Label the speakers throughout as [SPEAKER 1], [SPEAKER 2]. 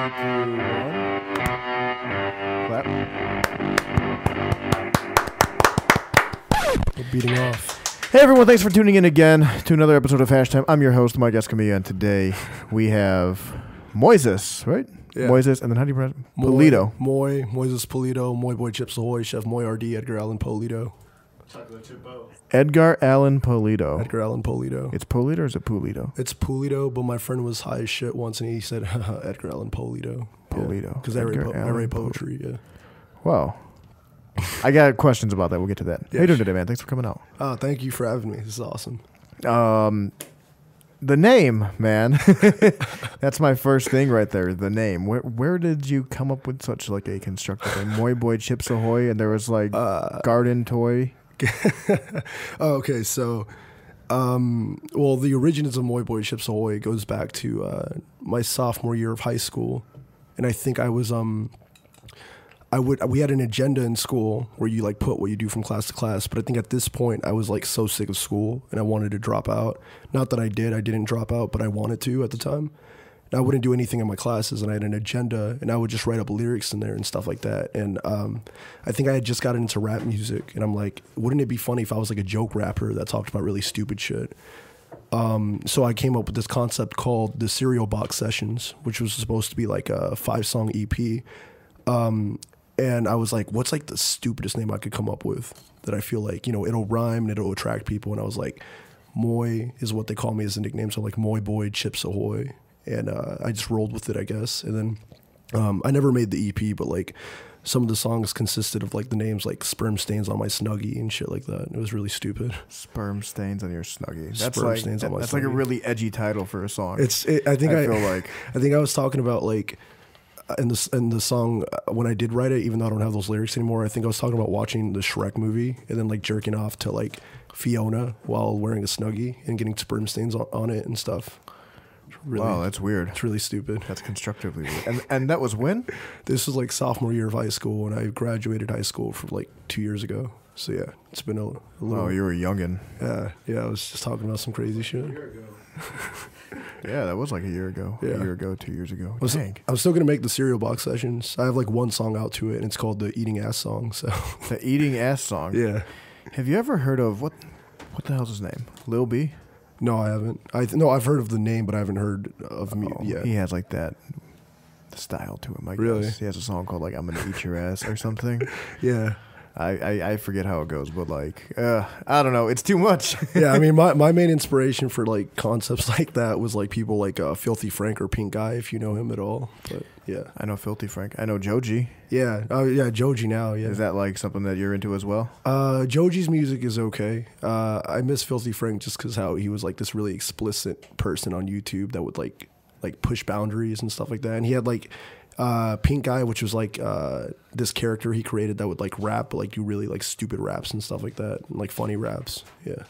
[SPEAKER 1] everyone. Clap.
[SPEAKER 2] We're beating off.
[SPEAKER 1] Hey, everyone. Thanks for tuning in again to another episode of Hash Time. I'm your host, Mike Escamilla, and today we have Moises, right?
[SPEAKER 2] Yeah.
[SPEAKER 1] Moises, and then how do you pronounce it?
[SPEAKER 2] Moy-
[SPEAKER 1] Polito.
[SPEAKER 2] Moy, Moises Polito, Moy Boy Chips Ahoy, Chef Moy RD, Edgar Allan Polito,
[SPEAKER 1] Edgar Allan Polito.
[SPEAKER 2] Edgar Allan Polito.
[SPEAKER 1] Oh. It's Polito or is it Pulito?
[SPEAKER 2] It's Polito, but my friend was high as shit once and he said, Edgar Allan Polito.
[SPEAKER 1] Polito.
[SPEAKER 2] Because I, write
[SPEAKER 1] Edgar
[SPEAKER 2] po- I
[SPEAKER 1] Allan
[SPEAKER 2] write
[SPEAKER 1] Pol-
[SPEAKER 2] poetry, yeah.
[SPEAKER 1] Wow. I got questions about that. We'll get to that. How
[SPEAKER 2] Yeah,
[SPEAKER 1] you doing
[SPEAKER 2] sure.
[SPEAKER 1] today, man? Thanks for coming out.
[SPEAKER 2] Oh, thank you for having me. This is awesome.
[SPEAKER 1] Um, the name, man. That's my first thing right there. The name. Where where did you come up with such like a constructive name? Moy Boy Chips Ahoy, and there was like
[SPEAKER 2] Uh,
[SPEAKER 1] garden toy.
[SPEAKER 2] Oh, okay, so, um, well, the origins of Moy Boy Chips Ahoy goes back to uh, my sophomore year of high school, and I think I was um, I would we had an agenda in school where you like put what you do from class to class, but I think at this point I was like so sick of school and I wanted to drop out. Not that I did, I didn't drop out, but I wanted to at the time. And I wouldn't do anything in my classes, and I had an agenda, and I would just write up lyrics in there and stuff like that. And um, I think I had just gotten into rap music, and I'm like, wouldn't it be funny if I was like a joke rapper that talked about really stupid shit? Um, so I came up with this concept called the cereal box sessions, which was supposed to be like a five song E EP. Um, and I was like, what's like the stupidest name I could come up with that I feel like, you know, it'll rhyme and it'll attract people. And I was like, Moy is what they call me as a nickname. So like Moy Boy, Chips Ahoy. And uh, I just rolled with it, I guess. And then um, I never made the EP, but like some of the songs consisted of like the names like Sperm Stains on My Snuggie and shit like that. It was really stupid.
[SPEAKER 1] Sperm stains on your snuggie. That's
[SPEAKER 2] Sperm
[SPEAKER 1] like
[SPEAKER 2] stains on my
[SPEAKER 1] that's like a
[SPEAKER 2] snuggie.
[SPEAKER 1] really edgy title for a song.
[SPEAKER 2] It's. It, I think
[SPEAKER 1] I
[SPEAKER 2] I,
[SPEAKER 1] feel like-
[SPEAKER 2] I think I was talking about like uh, in the in the song uh, when I did write it, even though I don't have those lyrics anymore. I think I was talking about watching the Shrek movie and then like jerking off to like Fiona while wearing a snuggie and getting sperm stains on, on it and stuff. It's Really,
[SPEAKER 1] wow, that's weird.
[SPEAKER 2] it's really stupid.
[SPEAKER 1] That's constructively weird. And and that was when?
[SPEAKER 2] This was like sophomore year of high school, and I graduated high school for like two years ago. So yeah, it's been a, a
[SPEAKER 1] Oh,
[SPEAKER 2] little.
[SPEAKER 1] you were a youngin.
[SPEAKER 2] yeah, yeah. I was just talking about some crazy shit.
[SPEAKER 1] Yeah, that was like a year ago. A
[SPEAKER 2] Yeah.
[SPEAKER 1] year ago, two years ago.
[SPEAKER 2] I'm s-
[SPEAKER 1] Dang.
[SPEAKER 2] I'm still gonna make the cereal box sessions. I have like one song out to it, and it's called the eating ass song. So
[SPEAKER 1] The eating ass song.
[SPEAKER 2] yeah,
[SPEAKER 1] Have you ever heard of what what the hell's his name? Lil B?
[SPEAKER 2] no, I haven't. I th- no, I've heard of the name, but I haven't heard of me
[SPEAKER 1] Oh,
[SPEAKER 2] yet.
[SPEAKER 1] He has like that style to him. I
[SPEAKER 2] Really?
[SPEAKER 1] guess. He has a song called like "I'm gonna eat your ass" or something.
[SPEAKER 2] Yeah,
[SPEAKER 1] I, I I forget how it goes, but like uh, I don't know. It's too much.
[SPEAKER 2] yeah. I mean, my, my main inspiration for like concepts like that was like people like uh, Filthy Frank or Pink Guy, if you know him at all. But yeah,
[SPEAKER 1] I know Filthy Frank. I know Joji.
[SPEAKER 2] yeah, oh yeah, Joji now. Yeah,
[SPEAKER 1] Is that like something that you're into as well?
[SPEAKER 2] Uh, Joji's music is okay. Uh, I miss Filthy Frank just because how he was like this really explicit person on YouTube that would like like push boundaries and stuff like that. And he had like uh, Pink Guy, which was like uh, this character he created that would like rap, but like do really like stupid raps and stuff like that, and like funny raps. Yeah,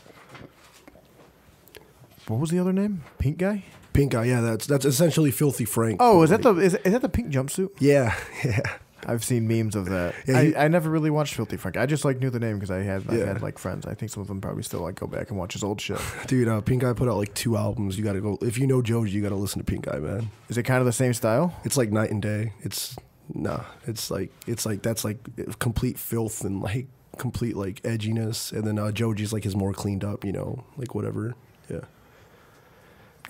[SPEAKER 1] What was the other name? Pink guy.
[SPEAKER 2] Pink Guy. Yeah, that's that's essentially Filthy Frank.
[SPEAKER 1] Oh, is that
[SPEAKER 2] Like-
[SPEAKER 1] the is, is that the pink jumpsuit?
[SPEAKER 2] Yeah, yeah.
[SPEAKER 1] I've seen memes of that.
[SPEAKER 2] Yeah, he-
[SPEAKER 1] I, I never really watched Filthy Frank. I just like knew the name because I had I
[SPEAKER 2] Yeah.
[SPEAKER 1] had like friends. I think some of them probably still like go back and watch his old shit.
[SPEAKER 2] Dude, uh, Pink Guy put out like two albums. You got to go if you know Joji, you got to listen to Pink Guy, man.
[SPEAKER 1] Is it kind of the same style?
[SPEAKER 2] It's like night and day. It's nah. It's like it's like that's like complete filth and like complete like edginess. And then uh, Joji's like is more cleaned up, you know, like whatever. Yeah.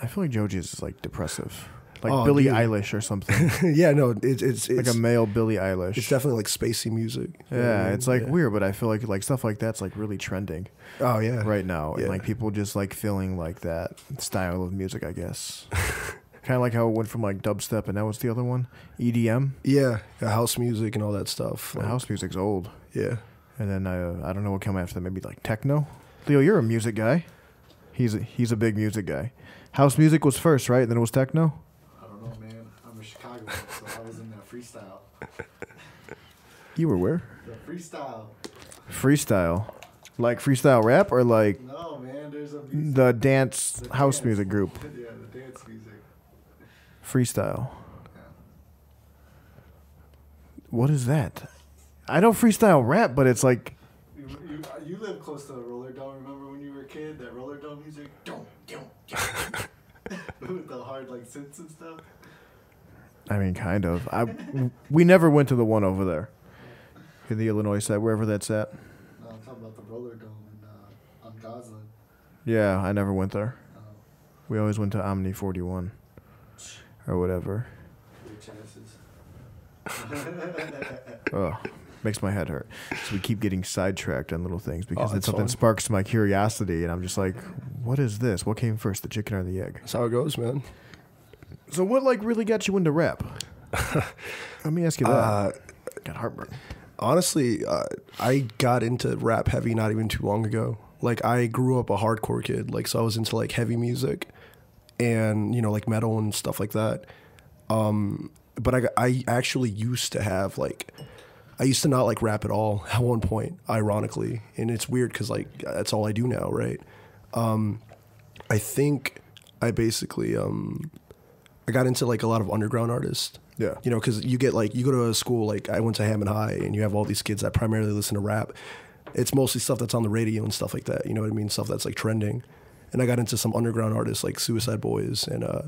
[SPEAKER 1] I feel like Joji's is like depressive, like
[SPEAKER 2] Oh,
[SPEAKER 1] Billie
[SPEAKER 2] dude.
[SPEAKER 1] Eilish or something,
[SPEAKER 2] yeah. No. It's it's
[SPEAKER 1] like
[SPEAKER 2] it's,
[SPEAKER 1] a male Billie Eilish.
[SPEAKER 2] it's definitely like spacey music. You know what I
[SPEAKER 1] yeah,
[SPEAKER 2] mean?
[SPEAKER 1] it's like
[SPEAKER 2] Yeah.
[SPEAKER 1] weird, but I feel like like stuff like that's like really trending
[SPEAKER 2] Oh yeah.
[SPEAKER 1] right now, and
[SPEAKER 2] Yeah.
[SPEAKER 1] like people just like feeling like that style of music, I guess. kind of like how it went from like dubstep, and now what's the other one? E EDM.
[SPEAKER 2] Yeah. yeah, House music and all that stuff.
[SPEAKER 1] The
[SPEAKER 2] like,
[SPEAKER 1] house music's old,
[SPEAKER 2] Yeah.
[SPEAKER 1] and then uh, I I don't know what came after that. Maybe like techno. Leo, you're a music guy. He's a, he's a big music guy. House music was first, right? Then it was techno.
[SPEAKER 3] I don't know, man. I'm a Chicago, so I was in that freestyle.
[SPEAKER 1] You were where?
[SPEAKER 3] The freestyle.
[SPEAKER 1] Freestyle. Like freestyle rap or like
[SPEAKER 3] No, man. There's a music.
[SPEAKER 1] the dance
[SPEAKER 3] The
[SPEAKER 1] house
[SPEAKER 3] dance.
[SPEAKER 1] music group?
[SPEAKER 3] Yeah, the dance music.
[SPEAKER 1] Freestyle.
[SPEAKER 3] Yeah.
[SPEAKER 1] What is that? I know freestyle rap, but it's like
[SPEAKER 3] You, you, you live close to a roller dome. Remember when you were a kid? That roller dome music. Don't, don't. With the hard like synths and stuff.
[SPEAKER 1] I mean, kind of. I we never went to the one over there, to the Illinois side, wherever that's at.
[SPEAKER 3] No, I'm talking about the roller dome in, uh, on Goslin.
[SPEAKER 1] Yeah, I never went there.
[SPEAKER 3] Uh,
[SPEAKER 1] We always went to Omni Forty One, or whatever.
[SPEAKER 3] your chances.
[SPEAKER 1] Ugh. Makes my head hurt. So we keep getting sidetracked on little things because then
[SPEAKER 2] it's
[SPEAKER 1] something
[SPEAKER 2] fine.
[SPEAKER 1] sparks my curiosity, and I'm just like, "What is this? What came first, the chicken or the egg?"
[SPEAKER 2] That's how it goes, man.
[SPEAKER 1] So, what like really got you into rap? Let me ask you that.
[SPEAKER 2] Uh,
[SPEAKER 1] got heartburn.
[SPEAKER 2] honestly, uh, I got into rap heavy not even too long ago. Like I grew up a hardcore kid, like so I was into like heavy music, and you know like metal and stuff like that. Um, but I got- I actually used to have like. I used to not like rap at all at one point, ironically, and it's weird because like that's all I do now, right? I think I basically um I got into like a lot of underground artists.
[SPEAKER 1] Yeah.
[SPEAKER 2] You know, because you get like you go to a school like I went to Hammond High and you have all these kids that primarily listen to rap. It's mostly stuff that's on the radio and stuff like that. You know what I mean? Stuff that's like trending. And I got into some underground artists like Suicide Boys and uh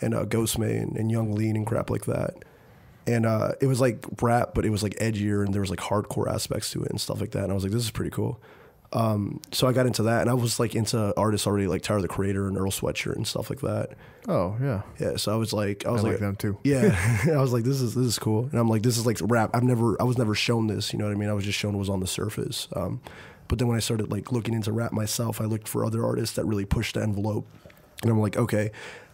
[SPEAKER 2] and uh Ghostmay and, and Young Lean and crap like that. And uh, it was like rap, but it was like edgier and there was like hardcore aspects to it and stuff like that. And I was like, this is pretty cool so I got into that, and I was like into artists already, like Tyler the Creator and Earl Sweatshirt and stuff like that.
[SPEAKER 1] Oh yeah,
[SPEAKER 2] Yeah, so I was like, I was
[SPEAKER 1] I
[SPEAKER 2] like,
[SPEAKER 1] like them too.
[SPEAKER 2] Yeah, I was like, this is this is cool, and I'm like, this is like rap. I've never, I was never shown this. You know what I mean? I was just shown what was on the surface. Um, but then when I started like looking into rap myself, I looked for other artists that really pushed the envelope, and I'm like, okay.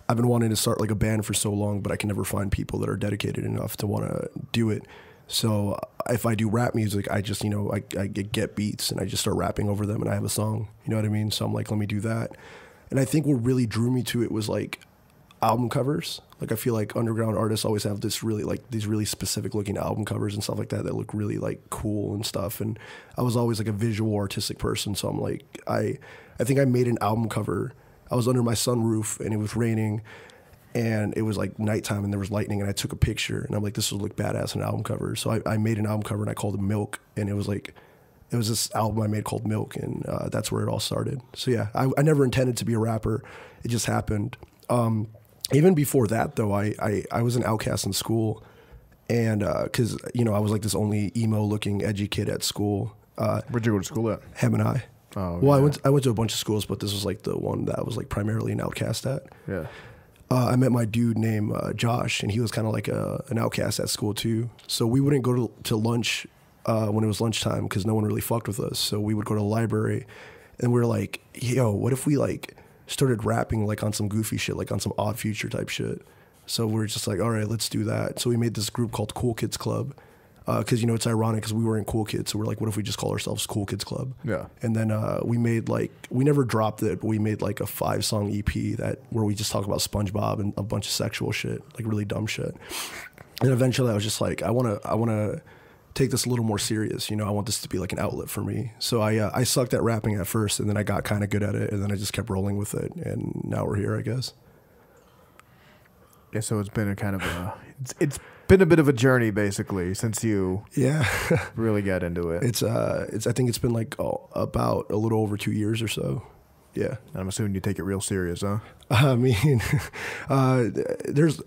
[SPEAKER 2] I've been wanting to start like a band for so long, but I can never find people that are dedicated enough to want to do it. So uh, if I do rap music, I just you know I, I get get beats and I just start rapping over them, and I have a song. You know what I mean? So I'm like, let me do that. And I think what really drew me to it was like album covers. Like I feel like underground artists always have this really like these really specific looking album covers and stuff like that that look really like cool and stuff. And I was always like a visual artistic person, so I'm like I I think I made an album cover. I was under my sunroof and it was raining and it was like nighttime and there was lightning and I took a picture and I'm like this will look badass on an album cover. So I, I made an album cover and I called it Milk and it was like it was this album I made called Milk, and uh, that's where it all started. So yeah, I, I never intended to be a rapper. It just happened. Um, even before that, though, I, I, I was an outcast in school, and because you know I was like this only emo looking edgy kid at school. Uh,
[SPEAKER 1] Where'd you go to school at?
[SPEAKER 2] Ham and I.
[SPEAKER 1] Oh,
[SPEAKER 2] well, I
[SPEAKER 1] yeah.
[SPEAKER 2] went I went to a bunch of schools, but this was like the one that I was like primarily an outcast at
[SPEAKER 1] Yeah.
[SPEAKER 2] uh, I met my dude named uh, Josh, and he was kind of like a, an outcast at school too. So we wouldn't go to, to lunch uh, when it was lunchtime because no one really fucked with us. So we would go to the library, and we were like, "Yo, what if we like started rapping like on some goofy shit, like on some Odd Future type shit?" So we are just like, "All right, let's do that." So we made this group called Cool Kids Club. Because you know it's ironic because we weren't cool kids, so we're like, what if we just call ourselves Cool Kids Club?
[SPEAKER 1] Yeah.
[SPEAKER 2] And then uh, we made like we never dropped it, but we made like a five song EP that where we just talk about SpongeBob and a bunch of sexual shit, like really dumb shit. And eventually, I was just like, I wanna, I wanna take this a little more serious. You know, I want this to be like an outlet for me. So I, uh, I sucked at rapping at first, and then I got kind of good at it, and then I just kept rolling with it, and now we're here, I guess.
[SPEAKER 1] Yeah. So it's been a kind of a it's, it's been a bit of a journey basically since you
[SPEAKER 2] Yeah,
[SPEAKER 1] really got into it.
[SPEAKER 2] it's uh, it's I think it's been like oh, about a little over two years or so. Yeah.
[SPEAKER 1] And I'm assuming you take it real serious, huh?
[SPEAKER 2] I mean, uh, there's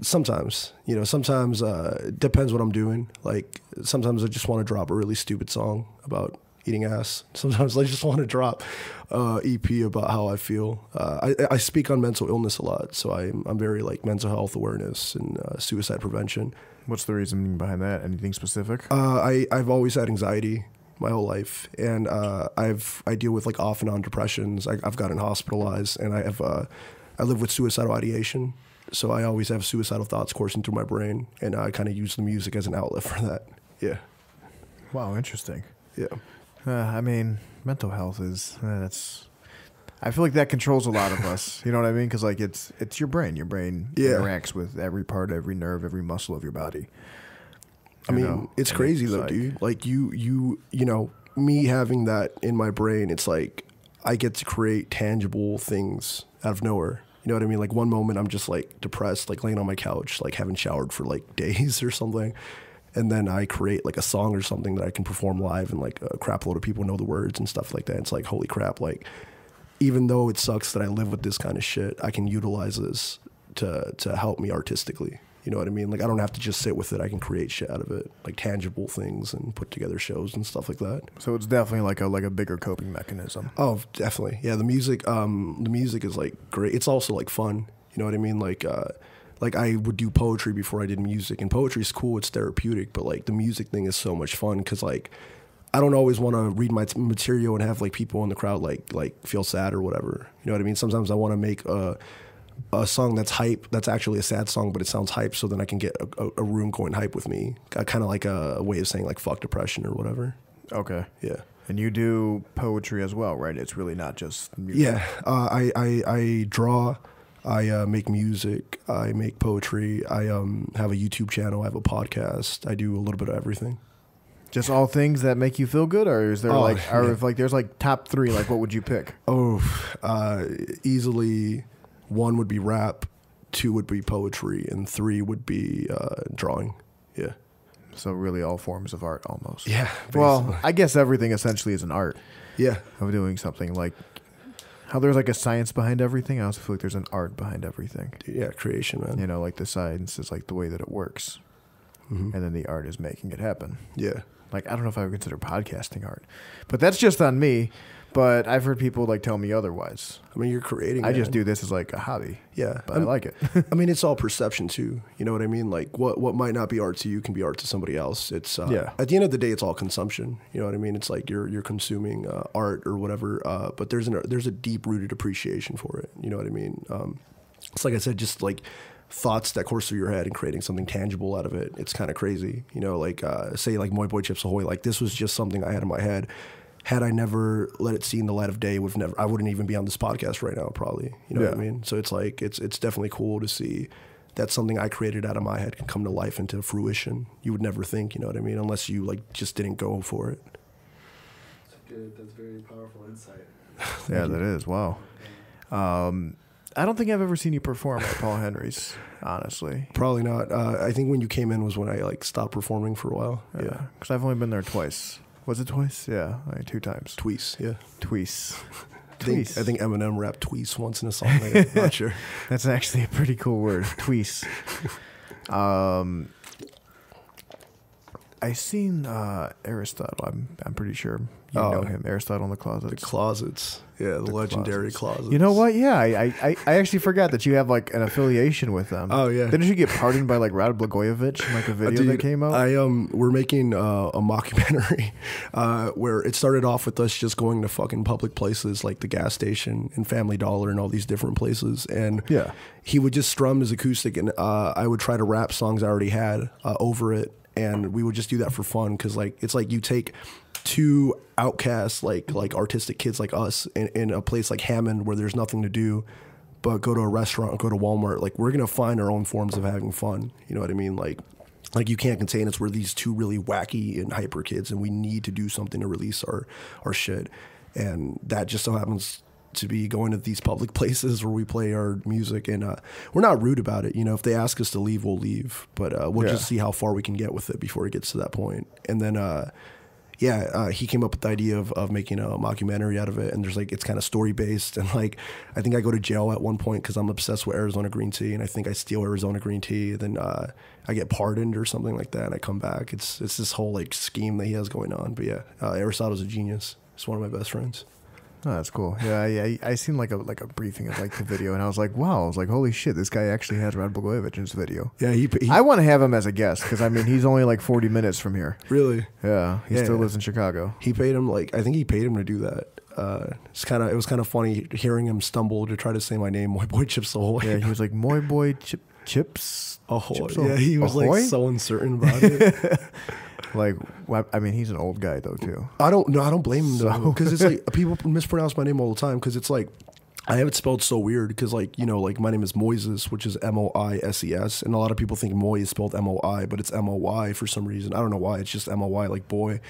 [SPEAKER 2] sometimes, you know, sometimes uh, it depends what I'm doing. Like sometimes I just want to drop a really stupid song about eating ass. Sometimes I just want to drop uh, EP about how I feel. Uh, I, I speak on mental illness a lot, so I'm, I'm very like mental health awareness and uh, suicide prevention.
[SPEAKER 1] What's the reason behind that? Anything specific?
[SPEAKER 2] Uh, I I've always had anxiety my whole life, and uh, I've I deal with like off and on depressions. I, I've gotten hospitalized, and I have uh, I live with suicidal ideation, so I always have suicidal thoughts coursing through my brain, and I kind of use the music as an outlet for that. Yeah,
[SPEAKER 1] wow, interesting.
[SPEAKER 2] yeah.
[SPEAKER 1] Uh, I mean, mental health is uh, that's. I feel like that controls a lot of us. You know what I mean? Because like it's it's your brain. Your brain
[SPEAKER 2] Yeah.
[SPEAKER 1] interacts with every part, every nerve, every muscle of your body.
[SPEAKER 2] I
[SPEAKER 1] You
[SPEAKER 2] mean,
[SPEAKER 1] know?
[SPEAKER 2] it's
[SPEAKER 1] And
[SPEAKER 2] crazy though,
[SPEAKER 1] like-
[SPEAKER 2] dude. Like you, you, you know, me having that in my brain, it's like I get to create tangible things out of nowhere. You know what I mean? Like one moment I'm just like depressed, like laying on my couch, like haven't showered for like days or something. And then I create like a song or something that I can perform live and like a crap load of people know the words and stuff like that. It's like, holy crap. Like even though it sucks that I live with this kind of shit, I can utilize this to, to help me artistically. You know what I mean? Like I don't have to just sit with it. I can create shit out of it, like tangible things, and put together shows and stuff like that.
[SPEAKER 1] So it's definitely like a like a bigger coping mechanism.
[SPEAKER 2] Oh, definitely. Yeah, the music. Um, the music is like great. It's also like fun. You know what I mean? Like, uh, like I would do poetry before I did music, and poetry's cool. It's therapeutic, but like the music thing is so much fun because like I don't always want to read my t- material and have like people in the crowd like like feel sad or whatever. You know what I mean? Sometimes I want to make a a song that's hype. That's actually a sad song, but it sounds hype, so then I can get a, a, a room going hype with me. Kind of like a, a way of saying like fuck depression or whatever.
[SPEAKER 1] Okay.
[SPEAKER 2] Yeah.
[SPEAKER 1] And you do poetry as well, right? It's really not just music.
[SPEAKER 2] Yeah, uh, I, I I draw, I uh, make music, I make poetry, I um, have a YouTube channel, I have a podcast, I do a little bit of everything.
[SPEAKER 1] Just all things that make you feel good, or is there
[SPEAKER 2] Oh,
[SPEAKER 1] like, or
[SPEAKER 2] yeah.
[SPEAKER 1] if like there's like top three, like what would you pick?
[SPEAKER 2] Oh, uh, easily, one would be rap, two would be poetry, and three would be uh, drawing. Yeah,
[SPEAKER 1] So really, all forms of art almost.
[SPEAKER 2] yeah.
[SPEAKER 1] Well, I guess everything essentially is an art
[SPEAKER 2] yeah,
[SPEAKER 1] of doing something. Like how there's like a science behind everything. I also feel like there's an art behind everything.
[SPEAKER 2] yeah. Creation, man.
[SPEAKER 1] You know, like the science is like the way that it works,
[SPEAKER 2] Mm-hmm.
[SPEAKER 1] and then the art is making it happen.
[SPEAKER 2] Yeah,
[SPEAKER 1] Like I don't know if I would consider podcasting art, but that's just on me. But I've heard people like tell me otherwise.
[SPEAKER 2] I mean, you're creating.
[SPEAKER 1] I just
[SPEAKER 2] man.
[SPEAKER 1] do this as like a hobby,
[SPEAKER 2] Yeah,
[SPEAKER 1] but i
[SPEAKER 2] I'm-
[SPEAKER 1] like it.
[SPEAKER 2] I mean, it's all perception too. You know what I mean? Like what what might not be art to you can be art to somebody else. It's uh,
[SPEAKER 1] Yeah.
[SPEAKER 2] At the end of the day, it's all consumption. You know what I mean? It's like you're you're consuming uh, art or whatever, uh, but there's an there's a deep rooted appreciation for it. You know what I mean? Um, it's like I said, just like thoughts that course through your head and creating something tangible out of it. It's kind of crazy. You know, like uh, say like Moy Boy Chips Ahoy. Like this was just something I had in my head. Had I never let it see in the light of day, would have never I wouldn't even be on this podcast right now, probably. You know what I
[SPEAKER 1] Yeah.
[SPEAKER 2] mean? mean? So it's like it's it's definitely cool to see that something I created out of my head can come to life into fruition. You would never think, you know what I mean, unless you like just didn't go for it.
[SPEAKER 3] Good, that's very powerful insight.
[SPEAKER 1] yeah, that is wow. Um, I don't think I've ever seen you perform at Paul Henry's, honestly.
[SPEAKER 2] Probably not. Uh, I think when you came in was when I like stopped performing for a while. Yeah.
[SPEAKER 1] Yeah, because Uh, I've only been there twice. Was it twice? Yeah, like two times.
[SPEAKER 2] Tweece, yeah.
[SPEAKER 1] Twice.
[SPEAKER 2] I think,
[SPEAKER 1] Tweece.
[SPEAKER 2] I think Eminem rapped tweece once in a song. I'm not sure.
[SPEAKER 1] That's actually a pretty cool word, tweece. um, I seen uh, Aristotle. I'm I'm pretty sure you
[SPEAKER 2] Oh.
[SPEAKER 1] know him, Aristotle in the Closet.
[SPEAKER 2] The closets. Yeah, the, legendary closets.
[SPEAKER 1] you know what? Yeah, I, I- I, I actually forgot that you have like an affiliation with them.
[SPEAKER 2] Oh, yeah.
[SPEAKER 1] Didn't you get pardoned by like Rad Blagojevich in like a video that
[SPEAKER 2] Dude,
[SPEAKER 1] came out?
[SPEAKER 2] I um, we're making uh, a mockumentary uh, where it started off with us just going to fucking public places like the gas station and Family Dollar and all these different places, and
[SPEAKER 1] Yeah.
[SPEAKER 2] he would just strum his acoustic, and uh, I would try to rap songs I already had uh, over it, and we would just do that for fun because like it's like you take two outcasts like like artistic kids like us in, in a place like Hammond where there's nothing to do but go to a restaurant, go to Walmart. Like we're gonna find our own forms of having fun. You know what I mean? Like, like you can't contain us. We're these two really wacky and hyper kids, and we need to do something to release our our shit. And that just so happens to be going to these public places where we play our music, and uh, we're not rude about it. You know, if they ask us to leave, we'll leave, but uh, we'll
[SPEAKER 1] Yeah.
[SPEAKER 2] just see how far we can get with it before it gets to that point. And then. Uh, yeah, uh, he came up with the idea of, of making a mockumentary out of it. And there's like, it's kind of story based. And like, I think I go to jail at one point because I'm obsessed with Arizona green tea. And I think I steal Arizona green tea. Then uh, I get pardoned or something like that. And I come back. It's it's this whole like scheme that he has going on. But yeah, uh, Aristotle's a genius. He's one of my best friends.
[SPEAKER 1] Oh, that's cool. Yeah, I, I, I seen like a like a briefing of like the video, and I was like, wow, I was like, holy shit, this guy actually has Rad Blagojevich in his video.
[SPEAKER 2] Yeah, he, he
[SPEAKER 1] I want to have him as a guest because I mean he's only like 40 minutes from here.
[SPEAKER 2] really
[SPEAKER 1] Yeah, he
[SPEAKER 2] Yeah,
[SPEAKER 1] still
[SPEAKER 2] yeah.
[SPEAKER 1] lives in Chicago.
[SPEAKER 2] he paid him like I think he paid him to do that. Uh, it's kind of it was kind of funny hearing him stumble to try to say my name. My boy Chips Ahoy.
[SPEAKER 1] Yeah, he was like Moy Boy Chip Chips
[SPEAKER 2] Ahoy.
[SPEAKER 1] Chips
[SPEAKER 2] Yeah, he was
[SPEAKER 1] Ahoy?
[SPEAKER 2] like so uncertain about it.
[SPEAKER 1] Like wh- I mean he's an old guy though too.
[SPEAKER 2] I don't no, I don't blame him though
[SPEAKER 1] So-
[SPEAKER 2] because it's like people mispronounce my name all the time because it's like I have it spelled so weird because like you know like my name is Moises which is M O I S E S and a lot of people think Moy is spelled M O I but it's M O Y for some reason I don't know why it's just M O Y like boy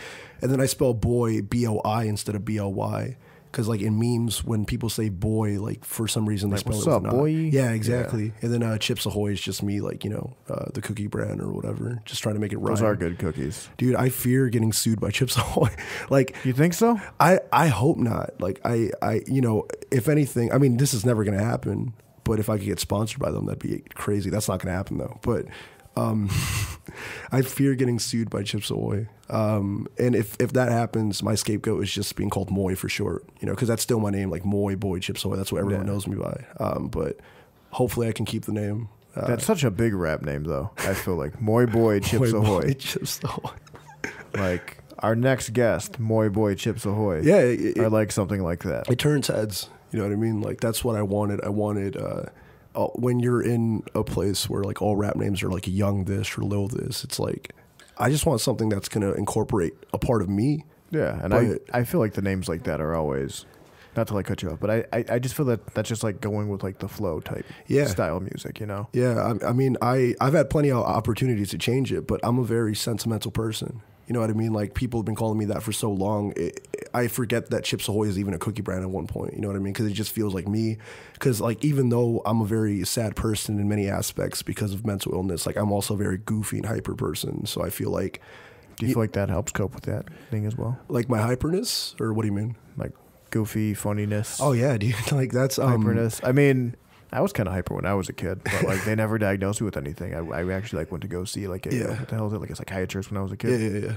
[SPEAKER 2] and then I spell boy B O I instead of B O Y because like in memes when people say boy like for some reason they spell
[SPEAKER 1] what's
[SPEAKER 2] it with
[SPEAKER 1] up,
[SPEAKER 2] an I.
[SPEAKER 1] boy?
[SPEAKER 2] yeah exactly and then uh, Chips Ahoy is just me like you know uh, the cookie brand or whatever just trying to make it rhyme
[SPEAKER 1] Those are good cookies.
[SPEAKER 2] dude I fear getting sued by Chips Ahoy like
[SPEAKER 1] You think so?
[SPEAKER 2] I, I hope not. Like I, I you know, if anything, I mean, this is never gonna happen. But if I could get sponsored by them, that'd be crazy. That's not going to happen though. But um, I fear getting sued by Chips Ahoy. Um, and if, if that happens, my scapegoat is just being called Moy for short, you know, because that's still my name, like Moy Boy Chips Ahoy. That's what everyone
[SPEAKER 1] Yeah.
[SPEAKER 2] knows me by. Um, but hopefully I can keep the name. Uh,
[SPEAKER 1] That's such a big rap name, though. I feel like Moy Boy Chips
[SPEAKER 2] Moy Boy
[SPEAKER 1] Ahoy.
[SPEAKER 2] Chips Ahoy.
[SPEAKER 1] Like our next guest, Moy Boy Chips Ahoy.
[SPEAKER 2] Yeah, it,
[SPEAKER 1] or
[SPEAKER 2] it,
[SPEAKER 1] like something like that.
[SPEAKER 2] it turns heads. You know what I mean? Like that's what I wanted. I wanted uh, uh, when you're in a place where like all rap names are like young this or lil this. It's like I just want something that's gonna incorporate a part of me.
[SPEAKER 1] Yeah, and
[SPEAKER 2] But-
[SPEAKER 1] I I feel like the names like that are always not to like cut you off, but I, I I just feel that that's just like going with like the flow type
[SPEAKER 2] Yeah.
[SPEAKER 1] style music, you know.
[SPEAKER 2] Yeah, I, I mean, I I've had plenty of opportunities to change it, but I'm a very sentimental person. You know what I mean? Like people have been calling me that for so long, it, it- I forget that Chips Ahoy is even a cookie brand at one point. You know what I mean? Because it just feels like me. Because like even though I'm a very sad person in many aspects because of mental illness, like I'm also a very goofy and hyper person. So I feel like
[SPEAKER 1] Do you feel like that helps cope with that thing as well?
[SPEAKER 2] like my hyperness, or what do you mean?
[SPEAKER 1] Like goofy funniness,
[SPEAKER 2] Oh yeah, dude. like that's um,
[SPEAKER 1] hyperness. I mean, I was kind of hyper when I was a kid, but like they never diagnosed me with anything. I, I actually like went to go see like a
[SPEAKER 2] Yeah.
[SPEAKER 1] what the hell is it like a psychiatrist when I was a kid.
[SPEAKER 2] Yeah, yeah, yeah.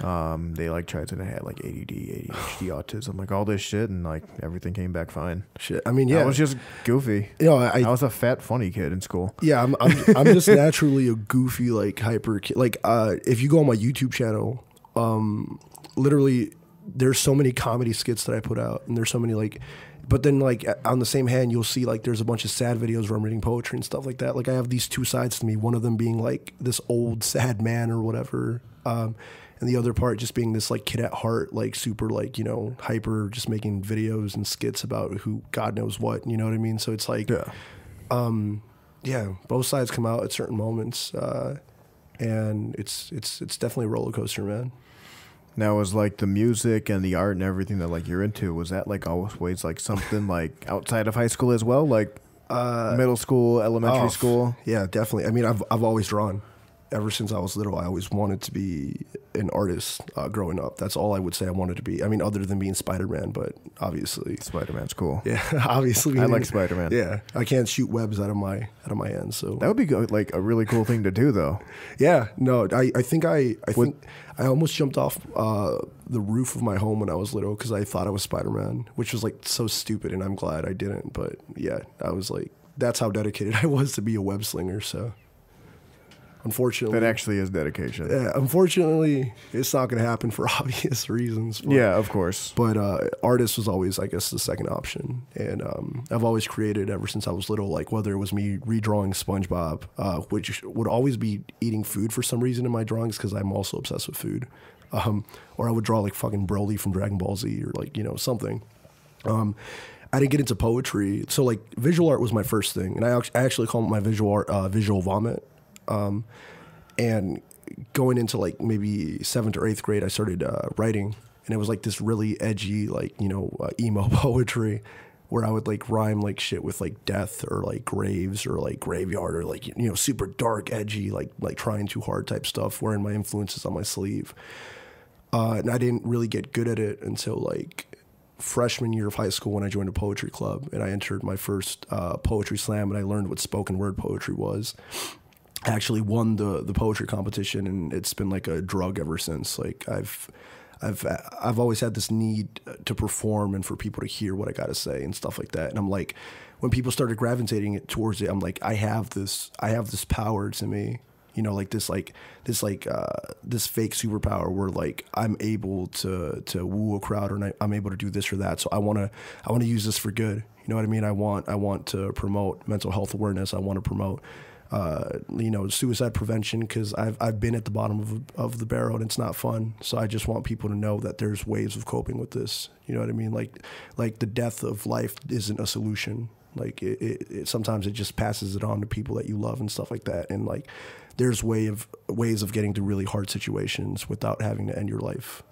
[SPEAKER 1] Um, they like tried to I had like ADD, ADHD, autism, like all this shit, and like everything came back fine.
[SPEAKER 2] Shit. I mean,
[SPEAKER 1] Yeah,
[SPEAKER 2] yeah.
[SPEAKER 1] I was just goofy.
[SPEAKER 2] you know, I,
[SPEAKER 1] I was a fat funny kid in school.
[SPEAKER 2] Yeah, I'm I'm, I'm just naturally a goofy like hyper kid. Like uh if you go on my YouTube channel, um literally there's so many comedy skits that I put out and there's so many like but then like a- on the same hand you'll see like there's a bunch of sad videos where I'm reading poetry and stuff like that. Like I have these two sides to me, one of them being like this old sad man or whatever. Um and the other part just being this like kid at heart, like super like, you know, hyper just making videos and skits about who God knows what, you know what I mean? So it's like yeah, both sides come out at certain moments, uh, and it's it's it's definitely a roller coaster, man.
[SPEAKER 1] Now was like the music and the art and everything that like you're into. Was that like always like something like outside of high school as well, like middle school, elementary
[SPEAKER 2] Uh, Oh,
[SPEAKER 1] school?
[SPEAKER 2] Yeah, definitely. I mean, I've I've always drawn. Ever since I was little, I always wanted to be an artist. Uh, growing up, that's all I would say I wanted to be. I mean, other than being Spider Man, but obviously,
[SPEAKER 1] Spider Man's cool.
[SPEAKER 2] yeah, obviously,
[SPEAKER 1] I like Spider-Man.
[SPEAKER 2] Yeah, I can't shoot webs out of my out of my hands. So
[SPEAKER 1] That would be go- like a really cool thing to do though.
[SPEAKER 2] Yeah, no, I, I think I I think I almost jumped off uh, the roof of my home when I was little because I thought I was Spider Man, which was like so stupid, and I'm glad I didn't. But yeah, I was like, that's how dedicated I was to be a web slinger. So, unfortunately,
[SPEAKER 1] That actually is dedication.
[SPEAKER 2] yeah, unfortunately, it's not going to happen for obvious reasons. But,
[SPEAKER 1] yeah, of course.
[SPEAKER 2] but uh, artist was always, I guess, the second option. And um, I've always created ever since I was little, like whether it was me redrawing SpongeBob, uh, which would always be eating food for some reason in my drawings because I'm also obsessed with food. Um, or I would draw like fucking Broly from Dragon Ball Z or like, you know, something. Um, I didn't get into poetry. So like visual art was my first thing. And I act- I actually call it my visual art, uh, visual vomit Um, and going into like maybe seventh or eighth grade, I started uh, writing, and it was like this really edgy, like you know, uh, emo poetry, where I would like rhyme like shit with like death or like graves or like graveyard or like you know, super dark, edgy, like like trying too hard type stuff, wearing my influences on my sleeve uh, and I didn't really get good at it until like freshman year of high school when I joined a poetry club and I entered my first uh, poetry slam and I learned what spoken word poetry was. I actually won the the poetry competition and it's been like a drug ever since. Like I've I've I've always had this need to perform and for people to hear what I got to say and stuff like that. And I'm like, when people started gravitating it towards it, I'm like, I have this I have this power to me you know like this like this like uh this fake superpower where like i'm able to to woo a crowd or I, i'm able to do this or that so i want to i want to use this for good you know what i mean i want i want to promote mental health awareness i want to promote uh, you know, suicide prevention because I've I've been at the bottom of of the barrel and it's not fun. So I just want people to know that there's ways of coping with this. You know what I mean? Like like the death of life isn't a solution. Like it, it, it sometimes it just passes it on to people that you love and stuff like that. And like there's way of ways of getting to really hard situations without having to end your life.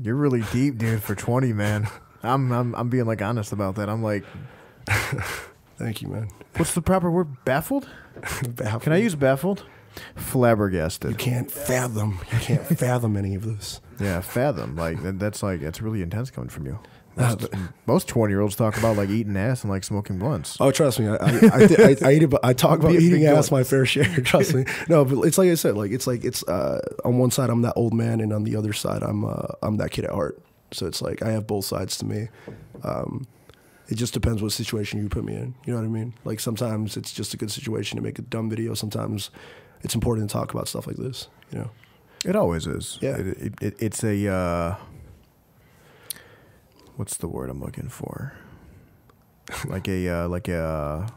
[SPEAKER 1] You're really deep, dude, for 20, man. I'm I'm I'm being like honest about that. I'm like,
[SPEAKER 2] Thank you, man.
[SPEAKER 1] what's the proper word? Baffled? Can I use baffled? Flabbergasted.
[SPEAKER 2] You can't fathom. You can't fathom any of this.
[SPEAKER 1] Yeah, fathom. Like that, that's like that's really intense coming from you. Most, most twenty year olds talk about like eating ass and like smoking blunts.
[SPEAKER 2] Oh, trust me. I I, I, thi- I, I eat. ab- I talk about
[SPEAKER 1] Be a big
[SPEAKER 2] eating ass
[SPEAKER 1] guy.
[SPEAKER 2] my fair share. Trust me. No, but it's like I said. Like it's like it's uh, on one side I'm that old man, and on the other side I'm uh, I'm that kid at heart. So it's like I have both sides to me. Um, it just depends what situation you put me in. You know what I mean? Like sometimes it's just a good situation to make a dumb video. Sometimes it's important to talk about stuff like this. You know?
[SPEAKER 1] It always is.
[SPEAKER 2] Yeah.
[SPEAKER 1] It, it, it, it's a uh, what's the word I'm looking for? like a uh, like a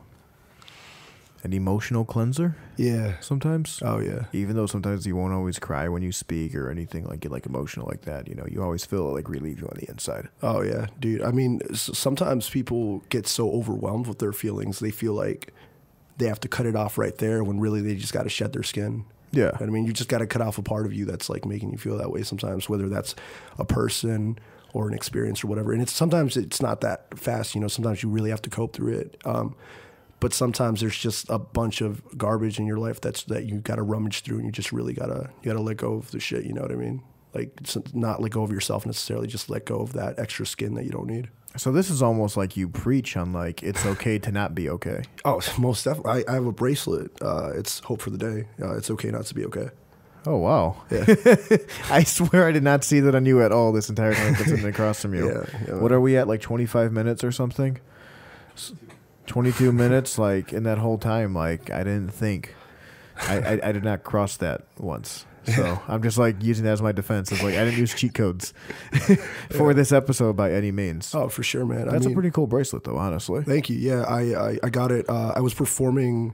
[SPEAKER 1] an emotional cleanser
[SPEAKER 2] Yeah.
[SPEAKER 1] sometimes.
[SPEAKER 2] Oh yeah.
[SPEAKER 1] Even though sometimes you won't always cry when you speak or anything like get like emotional like that, you know, you always feel like relieved on the inside.
[SPEAKER 2] Oh yeah, dude. I mean, s- sometimes people get so overwhelmed with their feelings, they feel like they have to cut it off right there when really they just got to shed their skin.
[SPEAKER 1] Yeah.
[SPEAKER 2] You know what I mean, you just got to cut off a part of you that's like making you feel that way sometimes, whether that's a person or an experience or whatever. And it's sometimes it's not that fast, you know, sometimes you really have to cope through it. Um, but sometimes there's just a bunch of garbage in your life that's that you got to rummage through and you just really got to you got to let go of the shit, you know what I mean? Like it's not let go of yourself necessarily, just let go of that extra skin that you don't need.
[SPEAKER 1] So this is almost like you preach on like it's okay to not be okay.
[SPEAKER 2] Oh, most definitely. I, I have a bracelet. Uh, it's hope for the day. Uh, it's okay not to be okay.
[SPEAKER 1] Oh wow! I swear I did not see that on you at all this entire time. I'm sitting across from you.
[SPEAKER 2] Yeah, yeah.
[SPEAKER 1] what are we at? Like twenty five minutes or something? Twenty two minutes. Like in that whole time, like I didn't think, I, I I did not cross that once. So I'm just like using that as my defense. It's like I didn't use cheat codes for this episode by any means.
[SPEAKER 2] Oh, for sure, man.
[SPEAKER 1] That's
[SPEAKER 2] I mean,
[SPEAKER 1] a pretty cool bracelet, though. Honestly,
[SPEAKER 2] Thank you. Yeah, I I, I got it. Uh, I was performing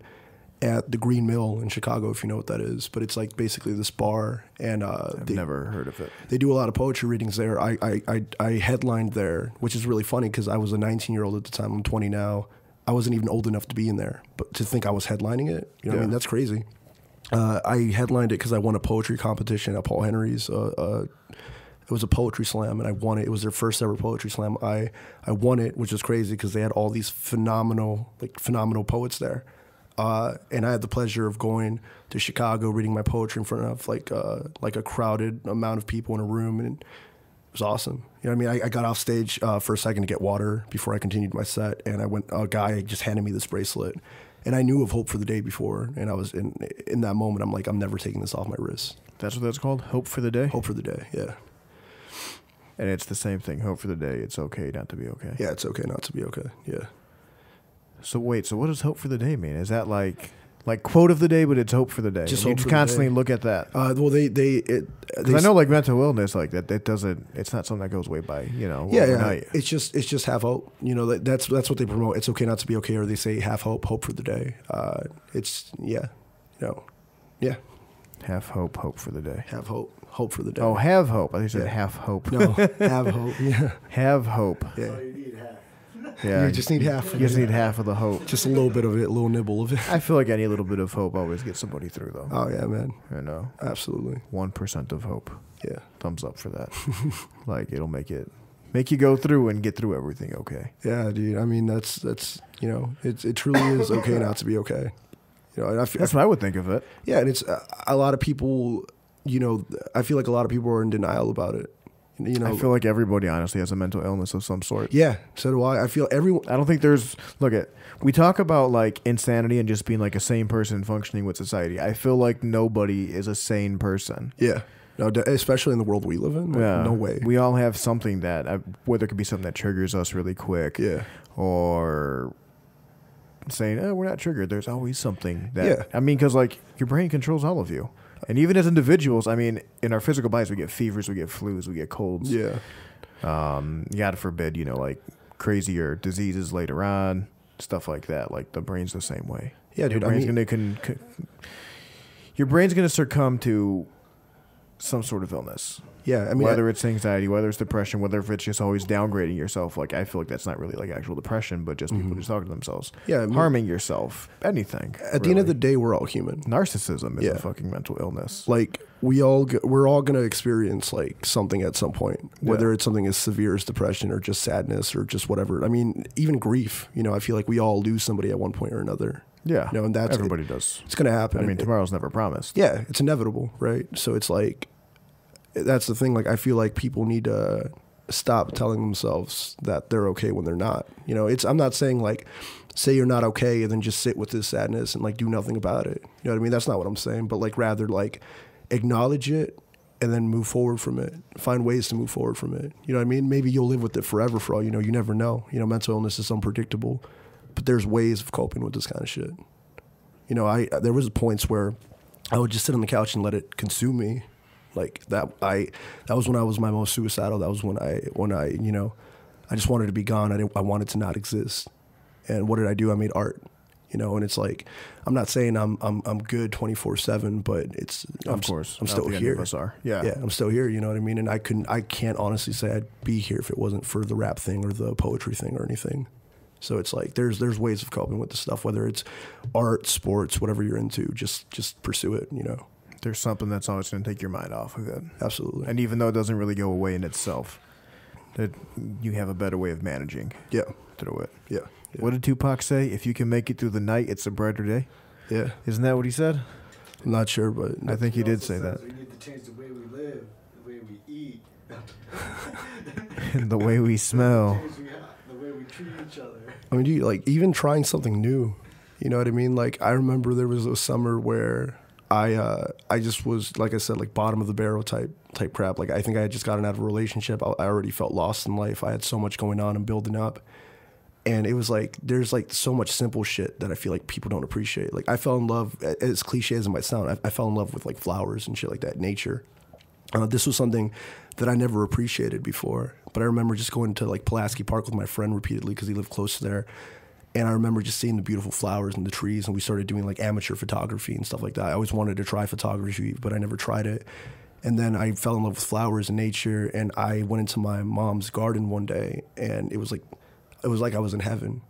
[SPEAKER 2] at the Green Mill in Chicago, if you know what that is. But it's like basically this bar, and uh,
[SPEAKER 1] I've
[SPEAKER 2] they,
[SPEAKER 1] never heard of it.
[SPEAKER 2] they do a lot of poetry readings there. I I I, I headlined there, which is really funny because I was a 19 year old at the time. I'm 20 now. I wasn't even old enough to be in there, but to think I was headlining it, you know, what I mean,
[SPEAKER 1] Yeah.
[SPEAKER 2] that's crazy. Uh, I headlined it because I won a poetry competition at Paul Henry's. Uh, uh, it was a poetry slam, and I won it. It was their first ever poetry slam. I I won it, which was crazy because they had all these phenomenal, like phenomenal poets there. Uh, and I had the pleasure of going to Chicago, reading my poetry in front of like uh, like a crowded amount of people in a room, and it was awesome. You know, what I mean, I, I got off stage uh, for a second to get water before I continued my set, and I went. A guy just handed me this bracelet, and I knew of Hope for the Day before, and I was in in that moment. I'm like, I'm never taking this off my wrist.
[SPEAKER 1] That's what that's called. Hope for the day,
[SPEAKER 2] Hope for the Day, yeah,
[SPEAKER 1] and it's the same thing. Hope for the day. It's okay not to be okay.
[SPEAKER 2] yeah. It's okay not to be okay, yeah.
[SPEAKER 1] So wait, so what does hope for the day mean? Is that like like quote of the day, but it's hope for the day?
[SPEAKER 2] Just
[SPEAKER 1] and you
[SPEAKER 2] hope
[SPEAKER 1] just
[SPEAKER 2] for the
[SPEAKER 1] constantly
[SPEAKER 2] day.
[SPEAKER 1] look at that.
[SPEAKER 2] Uh, well, they they it.
[SPEAKER 1] 'Cause
[SPEAKER 2] They
[SPEAKER 1] I know like mental illness, like that that doesn't. It's not something that goes way by you know.
[SPEAKER 2] yeah, yeah.
[SPEAKER 1] overnight.
[SPEAKER 2] It's just it's just have hope. You know that, that's that's what they promote. It's okay not to be okay, or they say have hope, hope for the day. Uh, it's yeah, you know, yeah,
[SPEAKER 1] Half hope, hope for the day.
[SPEAKER 2] have hope, hope for the day.
[SPEAKER 1] Oh, have hope. I think you said
[SPEAKER 2] Yeah.
[SPEAKER 1] half hope.
[SPEAKER 2] no, have hope. Yeah,
[SPEAKER 1] Have hope.
[SPEAKER 2] yeah.
[SPEAKER 3] So you need half.
[SPEAKER 1] Yeah,
[SPEAKER 2] You just need half.
[SPEAKER 1] You just need half of the hope.
[SPEAKER 2] Just a little bit of it, a little nibble of it.
[SPEAKER 1] I feel like any little bit of hope always gets somebody through though.
[SPEAKER 2] Oh yeah, man,
[SPEAKER 1] you know,
[SPEAKER 2] absolutely.
[SPEAKER 1] one percent of hope.
[SPEAKER 2] Yeah,
[SPEAKER 1] Thumbs up for that. like it'll make it make you go through and get through everything. Okay.
[SPEAKER 2] yeah, dude. I mean, that's that's you know, it it truly is okay not to be okay. You know, and I feel,
[SPEAKER 1] That's what I would think of it.
[SPEAKER 2] Yeah, and it's a, a lot of people. You know, I feel like a lot of people are in denial about it. You know,
[SPEAKER 1] I feel like everybody honestly has a mental illness of some sort.
[SPEAKER 2] yeah. So do I. I feel everyone.
[SPEAKER 1] I don't think there's look at we talk about like insanity and just being like a sane person functioning with society. I feel like nobody is a sane person.
[SPEAKER 2] Yeah, no, de- especially in the world we live in. like, no way.
[SPEAKER 1] We all have something that I, whether it could be something that triggers us really quick,
[SPEAKER 2] yeah,
[SPEAKER 1] or saying oh, we're not triggered. There's always something that
[SPEAKER 2] Yeah.
[SPEAKER 1] I mean, because like your brain controls all of you, and even as individuals, I mean, in our physical bodies, we get fevers, we get flus, we get colds.
[SPEAKER 2] yeah,
[SPEAKER 1] um, God forbid, you know, like crazier diseases later on, stuff like that. Like the brain's the same way.
[SPEAKER 2] yeah, dude.
[SPEAKER 1] your
[SPEAKER 2] I
[SPEAKER 1] brain's
[SPEAKER 2] mean,
[SPEAKER 1] gonna con- con- your brain's gonna succumb to some sort of illness,
[SPEAKER 2] yeah. I mean,
[SPEAKER 1] whether it's anxiety, whether it's depression, whether if it's just always downgrading yourself. Like I feel like that's not really like actual depression, but just people just talking to themselves,
[SPEAKER 2] Mm-hmm. Yeah, I mean-
[SPEAKER 1] harming yourself, anything.
[SPEAKER 2] at the end of the day, we're all human.
[SPEAKER 1] narcissism is
[SPEAKER 2] Yeah.
[SPEAKER 1] a fucking mental illness.
[SPEAKER 2] Like we all, g- we're all gonna experience like something at some point, whether
[SPEAKER 1] Yeah.
[SPEAKER 2] it's something as severe as depression or just sadness or just whatever. I mean, even grief. You know, I feel like we all lose somebody at one point or another.
[SPEAKER 1] Yeah,
[SPEAKER 2] No, and that's-
[SPEAKER 1] everybody does.
[SPEAKER 2] It's gonna happen.
[SPEAKER 1] I mean,
[SPEAKER 2] It-
[SPEAKER 1] tomorrow's never promised.
[SPEAKER 2] yeah, it's inevitable, right? So it's like that's the thing. Like I feel like people need to stop telling themselves that they're okay when they're not. You know, it's I'm not saying like say you're not okay and then just sit with this sadness and like do nothing about it. You know what I mean? That's not what I'm saying, but like rather like acknowledge it and then move forward from it. Find ways to move forward from it. You know what I mean? Maybe you'll live with it forever for all you know. You never know. You know, mental illness is unpredictable, but there's ways of coping with this kind of shit. You know, I there was points where I would just sit on the couch and let it consume me. Like that I that was when I was my most suicidal. That was when I when I, you know, I just wanted to be gone. I didn't I wanted to not exist. And what did I do? I made art. You know, and it's like I'm not saying I'm I'm I'm good 24/7, but it's
[SPEAKER 1] Of
[SPEAKER 2] I'm, s-
[SPEAKER 1] course.
[SPEAKER 2] I'm
[SPEAKER 1] Not
[SPEAKER 2] still
[SPEAKER 1] the end
[SPEAKER 2] here.
[SPEAKER 1] of us are. Yeah.
[SPEAKER 2] Yeah, I'm still here, you know what I mean? And I couldn't I can't honestly say I'd be here if it wasn't for the rap thing or the poetry thing or anything. So it's like there's there's ways of coping with this stuff, whether it's art, sports, whatever you're into, just just pursue it, you know.
[SPEAKER 1] There's something that's always going to take your mind off of it.
[SPEAKER 2] Absolutely.
[SPEAKER 1] And even though it doesn't really go away in itself, that you have a better way of managing
[SPEAKER 2] yeah.
[SPEAKER 1] through it.
[SPEAKER 2] Yeah. Yeah.
[SPEAKER 1] What did Tupac say? If you can make it through the night, it's a brighter day.
[SPEAKER 2] yeah.
[SPEAKER 1] Isn't that what he said?
[SPEAKER 2] I'm not sure, but
[SPEAKER 1] I think he did say
[SPEAKER 3] also
[SPEAKER 1] that.
[SPEAKER 3] says We need to change the way we live, the way we eat,
[SPEAKER 1] And the way we smell.
[SPEAKER 3] change we ha- the way we treat each other.
[SPEAKER 2] I mean, you like even trying something new. You know what I mean? Like I remember there was a summer where I uh, I just was like I said like bottom of the barrel type type crap. Like I think I had just gotten out of a relationship. I, I already felt lost in life. I had so much going on and building up. And it was like there's like so much simple shit that I feel like people don't appreciate. Like I fell in love, a- as cliche as it might sound, I, I fell in love with like flowers and shit like that, nature. Uh, this was something that I never appreciated before. But I remember just going to like Pulaski Park with my friend repeatedly because he lived close to there. And I remember just seeing the beautiful flowers and the trees. And we started doing like amateur photography and stuff like that. I always wanted to try photography, but I never tried it. And then I fell in love with flowers and nature. And I went into my mom's garden one day and it was like, it was like I was in heaven.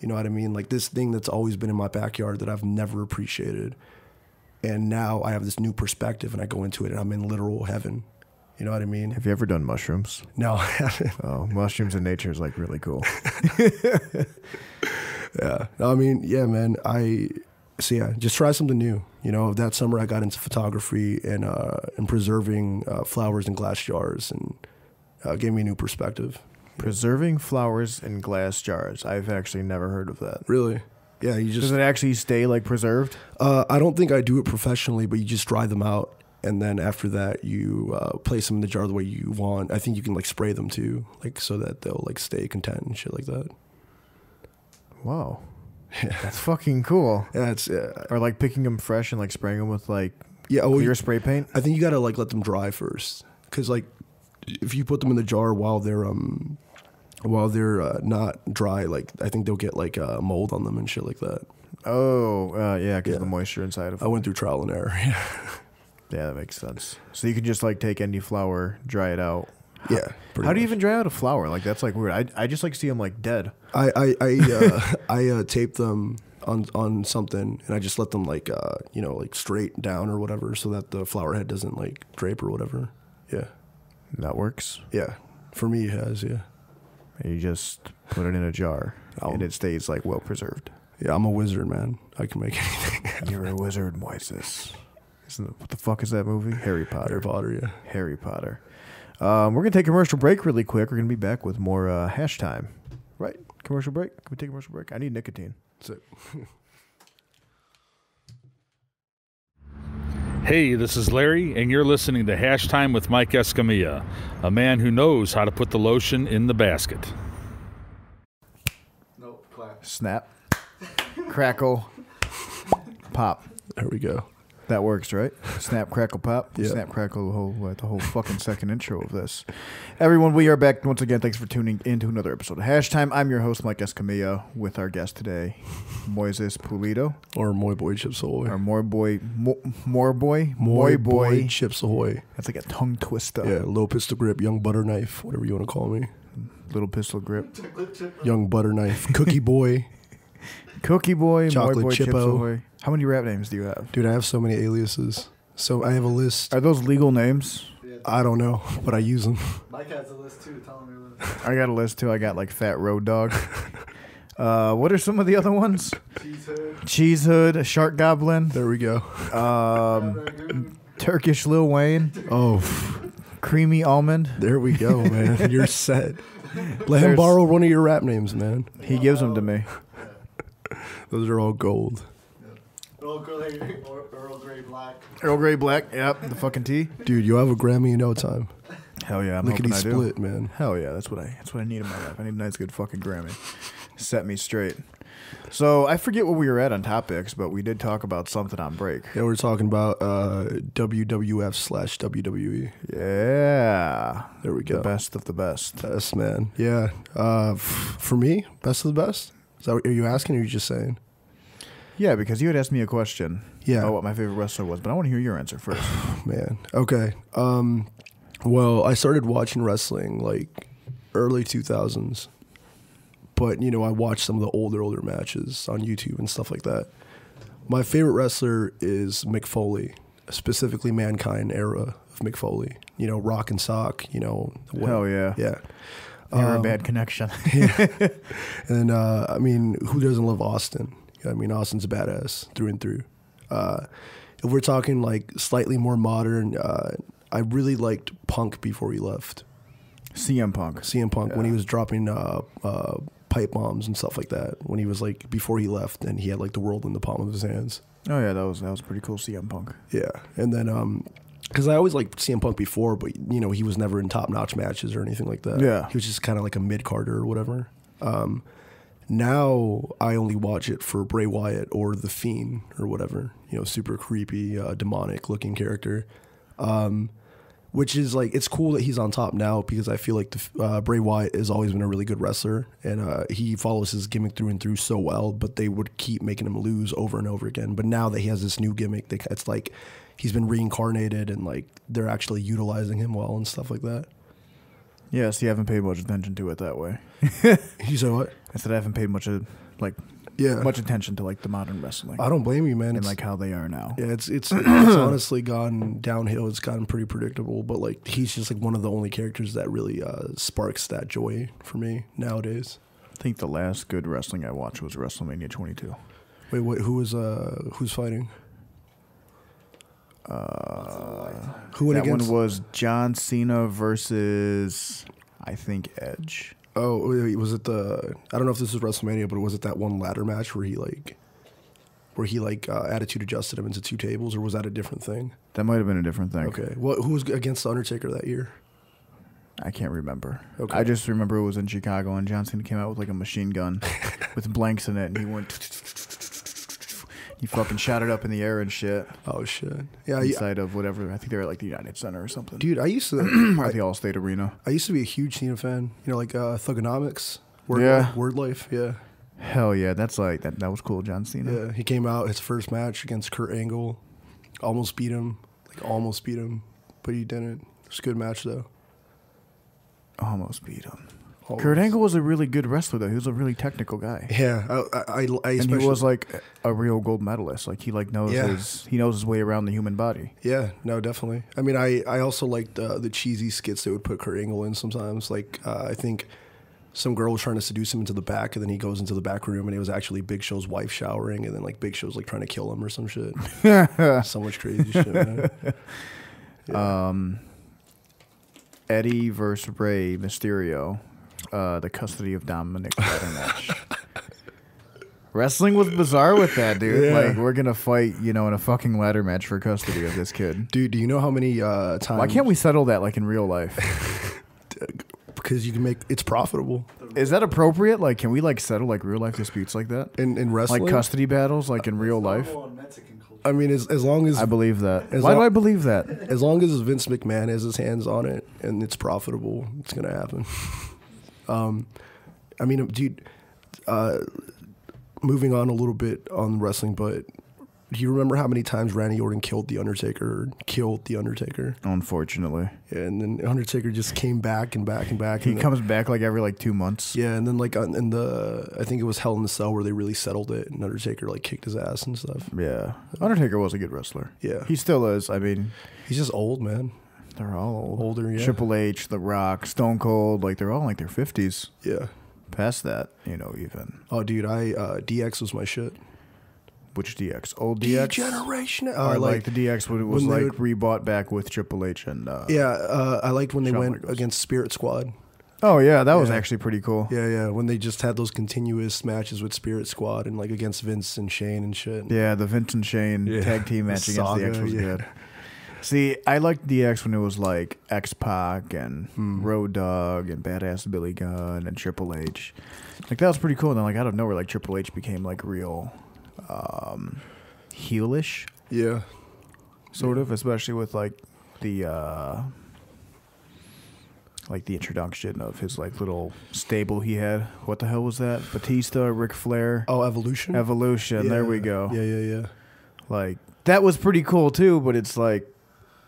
[SPEAKER 2] You know what I mean? Like this thing that's always been in my backyard that I've never appreciated and now I have this new perspective, and I go into it, and I'm in literal heaven. You know what I mean?
[SPEAKER 1] Have you ever done mushrooms?
[SPEAKER 2] No,
[SPEAKER 1] Oh, mushrooms in nature is like really cool.
[SPEAKER 2] yeah. No, I mean, yeah, man. I so yeah, just try something new. You know, that summer I got into photography and uh, and preserving uh, flowers in glass jars, and uh, gave me a new perspective.
[SPEAKER 1] Preserving flowers in glass jars. I've actually never heard of that.
[SPEAKER 2] Really? Yeah, you
[SPEAKER 1] Does
[SPEAKER 2] just.
[SPEAKER 1] it actually stay like preserved?
[SPEAKER 2] Uh, I don't think I do it professionally, but you just dry them out. And then after that, you uh, place them in the jar the way you want. I think you can like spray them too, like so that they'll like stay content and shit like that.
[SPEAKER 1] Wow. That's fucking cool.
[SPEAKER 2] Yeah, it's yeah,
[SPEAKER 1] Or like picking them fresh and like spraying them with like
[SPEAKER 2] yeah. Well,
[SPEAKER 1] clear
[SPEAKER 2] you
[SPEAKER 1] spray paint.
[SPEAKER 2] I think you gotta like let them dry first, because like if you put them in the jar while they're um while they're uh, not dry, like I think they'll get like uh, mold on them and shit like that.
[SPEAKER 1] Oh, uh, yeah, because
[SPEAKER 2] Yeah. Oh.
[SPEAKER 1] the moisture inside of
[SPEAKER 2] I went through trial and error. yeah.
[SPEAKER 1] Yeah, that makes sense. So you can just like take any flower, dry it out.
[SPEAKER 2] yeah. pretty
[SPEAKER 1] How do you
[SPEAKER 2] much.
[SPEAKER 1] even dry out a flower? Like that's like weird. I, I just like see them like dead.
[SPEAKER 2] I I I uh, I uh, taped them on on something, and I just let them like uh you know like straight down or whatever, so that the flower head doesn't like drape or whatever. Yeah.
[SPEAKER 1] That works.
[SPEAKER 2] Yeah. For me, it has yeah.
[SPEAKER 1] And you just put it in a jar
[SPEAKER 2] Oh.
[SPEAKER 1] and it stays like well preserved.
[SPEAKER 2] Yeah, I'm a wizard, man. I can make anything.
[SPEAKER 1] You're a wizard, Moises. Isn't it, what the fuck is that movie? Harry Potter.
[SPEAKER 2] Harry Potter, yeah.
[SPEAKER 1] Harry Potter. Um, we're gonna take a commercial break really quick. We're gonna be back with more uh, hash time. Right? Commercial break. Can we take a commercial break? I need nicotine.
[SPEAKER 2] So.
[SPEAKER 4] Hey, this is Larry, and you're listening to Hash Time with Mike Escamilla, a man who knows how to put the lotion in the basket.
[SPEAKER 3] No, clap.
[SPEAKER 1] Snap. Crackle. Pop.
[SPEAKER 2] There we go.
[SPEAKER 1] That works, right? Snap, crackle, pop.
[SPEAKER 2] Yeah.
[SPEAKER 1] Snap, crackle, the whole, uh, the whole fucking second intro of this. Everyone, we are back once again. Thanks for tuning into another episode of Hash Time. I'm your host, Mike Escamilla, with our guest today, Moises Pulido,
[SPEAKER 2] Or Moy Boy Chips Ahoy.
[SPEAKER 1] our More Boy, Mo- More Boy,
[SPEAKER 2] Moy
[SPEAKER 1] Moy Boy.
[SPEAKER 2] Chips Ahoy.
[SPEAKER 1] That's like a tongue twister.
[SPEAKER 2] Yeah, low pistol grip, young butter knife, whatever you want to call me.
[SPEAKER 1] Little pistol grip.
[SPEAKER 2] Young butter knife, cookie boy.
[SPEAKER 1] Cookie Boy,
[SPEAKER 2] Chocolate
[SPEAKER 1] Moy Boy, Chips
[SPEAKER 2] Chippo.
[SPEAKER 1] Ahoy. How many rap names do you have?
[SPEAKER 2] Dude, I have so many aliases. So I have a list.
[SPEAKER 1] Are those legal names?
[SPEAKER 3] Yeah,
[SPEAKER 2] I don't know, but I use them.
[SPEAKER 3] Mike has a list too. Tell him your list.
[SPEAKER 1] I got a list too. I got like Fat Road Dog. Uh, what are some of the other ones?
[SPEAKER 3] Cheese hood,
[SPEAKER 1] Cheese Hood, Shark Goblin,
[SPEAKER 2] There we go.
[SPEAKER 1] um,
[SPEAKER 3] Ragoon,
[SPEAKER 1] Turkish Lil Wayne,
[SPEAKER 2] Oh,
[SPEAKER 1] Creamy almond.
[SPEAKER 2] There we go, man. You're set. Let him
[SPEAKER 1] There's-
[SPEAKER 2] borrow one of your rap names, man.
[SPEAKER 1] He gives them to me.
[SPEAKER 2] Those are all gold.
[SPEAKER 3] Earl Grey, Earl Grey Black.
[SPEAKER 1] Earl Grey Black. Yep. The fucking tea.
[SPEAKER 2] Dude, you'll have a Grammy in no time.
[SPEAKER 1] Hell yeah. I'm
[SPEAKER 2] Lickety
[SPEAKER 1] hoping I do.
[SPEAKER 2] split, man.
[SPEAKER 1] Hell yeah, that's what I that's what I need in my life. I need a nice good fucking Grammy. Set me straight. So I forget what we were at on topics, but we did talk about something on break.
[SPEAKER 2] Yeah, we're talking about uh, WWF slash WWE.
[SPEAKER 1] Yeah.
[SPEAKER 2] There we
[SPEAKER 1] The
[SPEAKER 2] go.
[SPEAKER 1] best of the best.
[SPEAKER 2] Best man. Yeah. Uh, f- for me, best of the best. Is that what, are you asking or are you just saying?
[SPEAKER 1] Yeah, because you had asked me a question
[SPEAKER 2] Yeah.
[SPEAKER 1] about what my favorite wrestler was, but I want to hear your answer first.
[SPEAKER 2] man. Okay. Um, well, I started watching wrestling like early 2000s. But, you know, I watched some of the older, older matches on YouTube and stuff like that. My favorite wrestler is Mick Foley, specifically Mankind era of Mick Foley. You know, Rock and Sock, you know. what-
[SPEAKER 1] Hell yeah.
[SPEAKER 2] Yeah. Um,
[SPEAKER 1] Never a bad connection.
[SPEAKER 2] And uh, I mean, who doesn't love Austin? I mean, Austin's a badass through and through. Uh, if we're talking like slightly more modern, uh, I really liked Punk before he left.
[SPEAKER 1] CM Punk.
[SPEAKER 2] CM Punk when he was dropping uh, uh, pipe bombs and stuff like that. When he was like before he left, and he had like the world in the palm of his hands.
[SPEAKER 1] Oh yeah, that was that was pretty cool CM Punk.
[SPEAKER 2] Yeah, and then um, because I always liked CM Punk before, but you know he was never in top notch matches or anything like that.
[SPEAKER 1] Yeah.
[SPEAKER 2] he was just kind of like a mid carder or whatever. Um, now I only watch it for Bray Wyatt or the Fiend or whatever. You know, super creepy, uh, demonic looking character. Um, which is like it's cool that he's on top now because I feel like the, uh, Bray Wyatt has always been a really good wrestler and uh, he follows his gimmick through and through so well. But they would keep making him lose over and over again. But now that he has this new gimmick, they, it's like he's been reincarnated and like they're actually utilizing him well and stuff like that.
[SPEAKER 1] Yes, you haven't paid much attention to it that way.
[SPEAKER 2] You said what?
[SPEAKER 1] I said I haven't paid much of, like
[SPEAKER 2] Yeah.
[SPEAKER 1] much attention to like the modern wrestling
[SPEAKER 2] I don't blame you, man.
[SPEAKER 1] and
[SPEAKER 2] It's-
[SPEAKER 1] like how they are now.
[SPEAKER 2] Yeah, it's it's, it's honestly gone downhill. It's gotten pretty predictable, but like he's just like one of the only characters that really uh, sparks that joy for me nowadays.
[SPEAKER 1] I think the last good wrestling I watched was WrestleMania 22.
[SPEAKER 2] Wait, what? Who was uh who's fighting? Uh, who went
[SPEAKER 1] that
[SPEAKER 2] against?
[SPEAKER 1] one was John Cena versus I think Edge.
[SPEAKER 2] oh, wait, wait, was it the? I don't know if this was WrestleMania, but was it that one ladder match where he like, where he like uh, attitude adjusted him into two tables, or was that a different thing?
[SPEAKER 1] That might have been a different thing.
[SPEAKER 2] Okay, what? Who was against the Undertaker that year?
[SPEAKER 1] I can't remember.
[SPEAKER 2] Okay.
[SPEAKER 1] I just remember it was in Chicago and John Cena came out with like a machine gun with blanks in it and he went he fucking shot it up in the air and shit
[SPEAKER 2] Oh shit! Yeah, I,
[SPEAKER 1] inside of whatever. I think they were at like the United Center or something.
[SPEAKER 2] dude, I used to.
[SPEAKER 1] or the Allstate Arena.
[SPEAKER 2] I used to be a huge Cena fan. You know, like uh, Thugonomics. Word
[SPEAKER 1] Yeah.
[SPEAKER 2] Life, word life. Yeah.
[SPEAKER 1] Hell yeah, that's like that that was cool John Cena.
[SPEAKER 2] Yeah. He came out his first match against Kurt Angle, almost beat him, like almost beat him, but he didn't. It was a good match though.
[SPEAKER 1] Almost beat him.
[SPEAKER 2] Almost.
[SPEAKER 1] Kurt Angle was a really good wrestler though. He was a really technical guy.
[SPEAKER 2] Yeah. I, I, I, I
[SPEAKER 1] and
[SPEAKER 2] especially,
[SPEAKER 1] he was like a real gold medalist. Like he like knows
[SPEAKER 2] Yeah.
[SPEAKER 1] his he knows his way around the human body.
[SPEAKER 2] yeah, no, definitely. I mean, I, I also liked uh, the cheesy skits they would put Kurt Angle in sometimes. Like, uh, I think some girl was trying to seduce him into the back, and then he goes into the back room, and it was actually Big Show's wife showering, and then like Big Show's like trying to kill him or some shit. so much crazy shit, man.
[SPEAKER 1] Eddie versus Rey Mysterio, uh, the custody of Dominic title match. Wrestling was bizarre with that, dude.
[SPEAKER 2] Yeah.
[SPEAKER 1] Like we're gonna fight, you know, in a fucking ladder match for custody of this kid.
[SPEAKER 2] Dude, do you know how many uh, times?
[SPEAKER 1] Why can't we settle that like in real life?
[SPEAKER 2] Because you can make it's profitable
[SPEAKER 1] Is that appropriate? Like, can we like settle like real life disputes like that?
[SPEAKER 2] in in wrestling.
[SPEAKER 1] Like custody battles, like in real life?
[SPEAKER 3] Normal in Mexican culture.
[SPEAKER 2] I mean, as, as long as
[SPEAKER 1] I believe that.
[SPEAKER 2] As
[SPEAKER 1] Why do
[SPEAKER 2] long-
[SPEAKER 1] I believe that?
[SPEAKER 2] as long as Vince McMahon has his hands on it and it's profitable, it's gonna happen. um, I mean, dude. Uh, moving on a little bit on wrestling, but do you remember how many times Randy Orton killed the Undertaker? Killed the Undertaker,
[SPEAKER 1] Unfortunately,
[SPEAKER 2] and then Undertaker just came back and back and back.
[SPEAKER 1] he
[SPEAKER 2] and
[SPEAKER 1] comes back like every like two months.
[SPEAKER 2] Yeah, and then like on, in the I think it was Hell in the Cell where they really settled it, and Undertaker like kicked his ass and stuff.
[SPEAKER 1] Yeah. Undertaker was a good wrestler.
[SPEAKER 2] Yeah.
[SPEAKER 1] He still is. I mean,
[SPEAKER 2] He's just old, man.
[SPEAKER 1] they're all old.
[SPEAKER 2] Older, yeah.
[SPEAKER 1] Triple H, The Rock, Stone Cold, like they're all in, like their 50s.
[SPEAKER 2] Yeah.
[SPEAKER 1] Past that, you know, even.
[SPEAKER 2] Oh, dude, I uh, DX was my shit.
[SPEAKER 1] Which DX? Old DX.
[SPEAKER 2] Degeneration. Uh,
[SPEAKER 1] I Oh, like the DX when it was
[SPEAKER 2] when they
[SPEAKER 1] like rebought back with Triple H and. Uh,
[SPEAKER 2] Yeah, uh, I liked when they
[SPEAKER 1] Shawn
[SPEAKER 2] went
[SPEAKER 1] Michaels.
[SPEAKER 2] against Spirit Squad.
[SPEAKER 1] Oh yeah, that was
[SPEAKER 2] Yeah.
[SPEAKER 1] actually pretty cool.
[SPEAKER 2] Yeah, yeah, when they just had those continuous matches with Spirit Squad and like against Vince and Shane and shit.
[SPEAKER 1] Yeah, the Vince and Shane
[SPEAKER 2] Yeah.
[SPEAKER 1] tag team
[SPEAKER 2] The
[SPEAKER 1] match against
[SPEAKER 2] saga,
[SPEAKER 1] DX was
[SPEAKER 2] yeah.
[SPEAKER 1] good. See, I liked DX when it was like X Pac and
[SPEAKER 2] Hmm.
[SPEAKER 1] Road Dogg and Badass Billy Gunn and Triple H. Like that was pretty cool. And then like out of nowhere, like Triple H became like real um heelish,
[SPEAKER 2] Yeah.
[SPEAKER 1] sort of, especially with like the uh like the introduction of his like little stable he had. What the hell was that? Batista, Ric Flair,
[SPEAKER 2] Oh, Evolution.
[SPEAKER 1] Evolution. There we
[SPEAKER 2] Yeah.
[SPEAKER 1] go.
[SPEAKER 2] Yeah, yeah, yeah.
[SPEAKER 1] Like that was pretty cool too, but it's like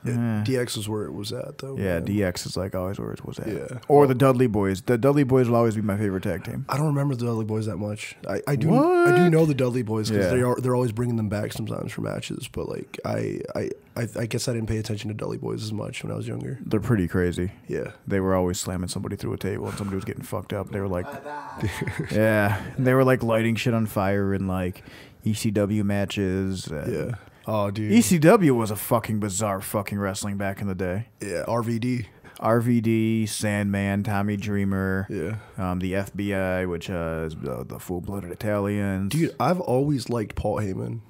[SPEAKER 1] eh.
[SPEAKER 2] DX is where it was at though.
[SPEAKER 1] yeah,
[SPEAKER 2] man.
[SPEAKER 1] DX is like always where it was at.
[SPEAKER 2] Yeah.
[SPEAKER 1] Or the Dudley Boys. The Dudley Boys will always be my favorite tag team.
[SPEAKER 2] I don't remember the Dudley Boys that much. I, I do I
[SPEAKER 1] What?
[SPEAKER 2] do know the Dudley Boys because
[SPEAKER 1] Yeah.
[SPEAKER 2] they are they're always bringing them back sometimes for matches. But like I, I I I guess I didn't pay attention to Dudley Boys as much when I was younger.
[SPEAKER 1] They're pretty crazy.
[SPEAKER 2] Yeah,
[SPEAKER 1] They were always slamming somebody through a table and somebody was getting fucked up. They were like
[SPEAKER 3] Bye-bye.
[SPEAKER 1] Yeah. And they were like lighting shit on fire and like ECW matches. and-
[SPEAKER 2] yeah. Oh, dude.
[SPEAKER 1] ECW was a fucking bizarre fucking wrestling back in the day.
[SPEAKER 2] yeah, RVD.
[SPEAKER 1] RVD, Sandman, Tommy Dreamer,
[SPEAKER 2] Yeah.
[SPEAKER 1] um, the FBI, which uh, is uh, the full blooded Italians.
[SPEAKER 2] Dude, I've always liked Paul Heyman,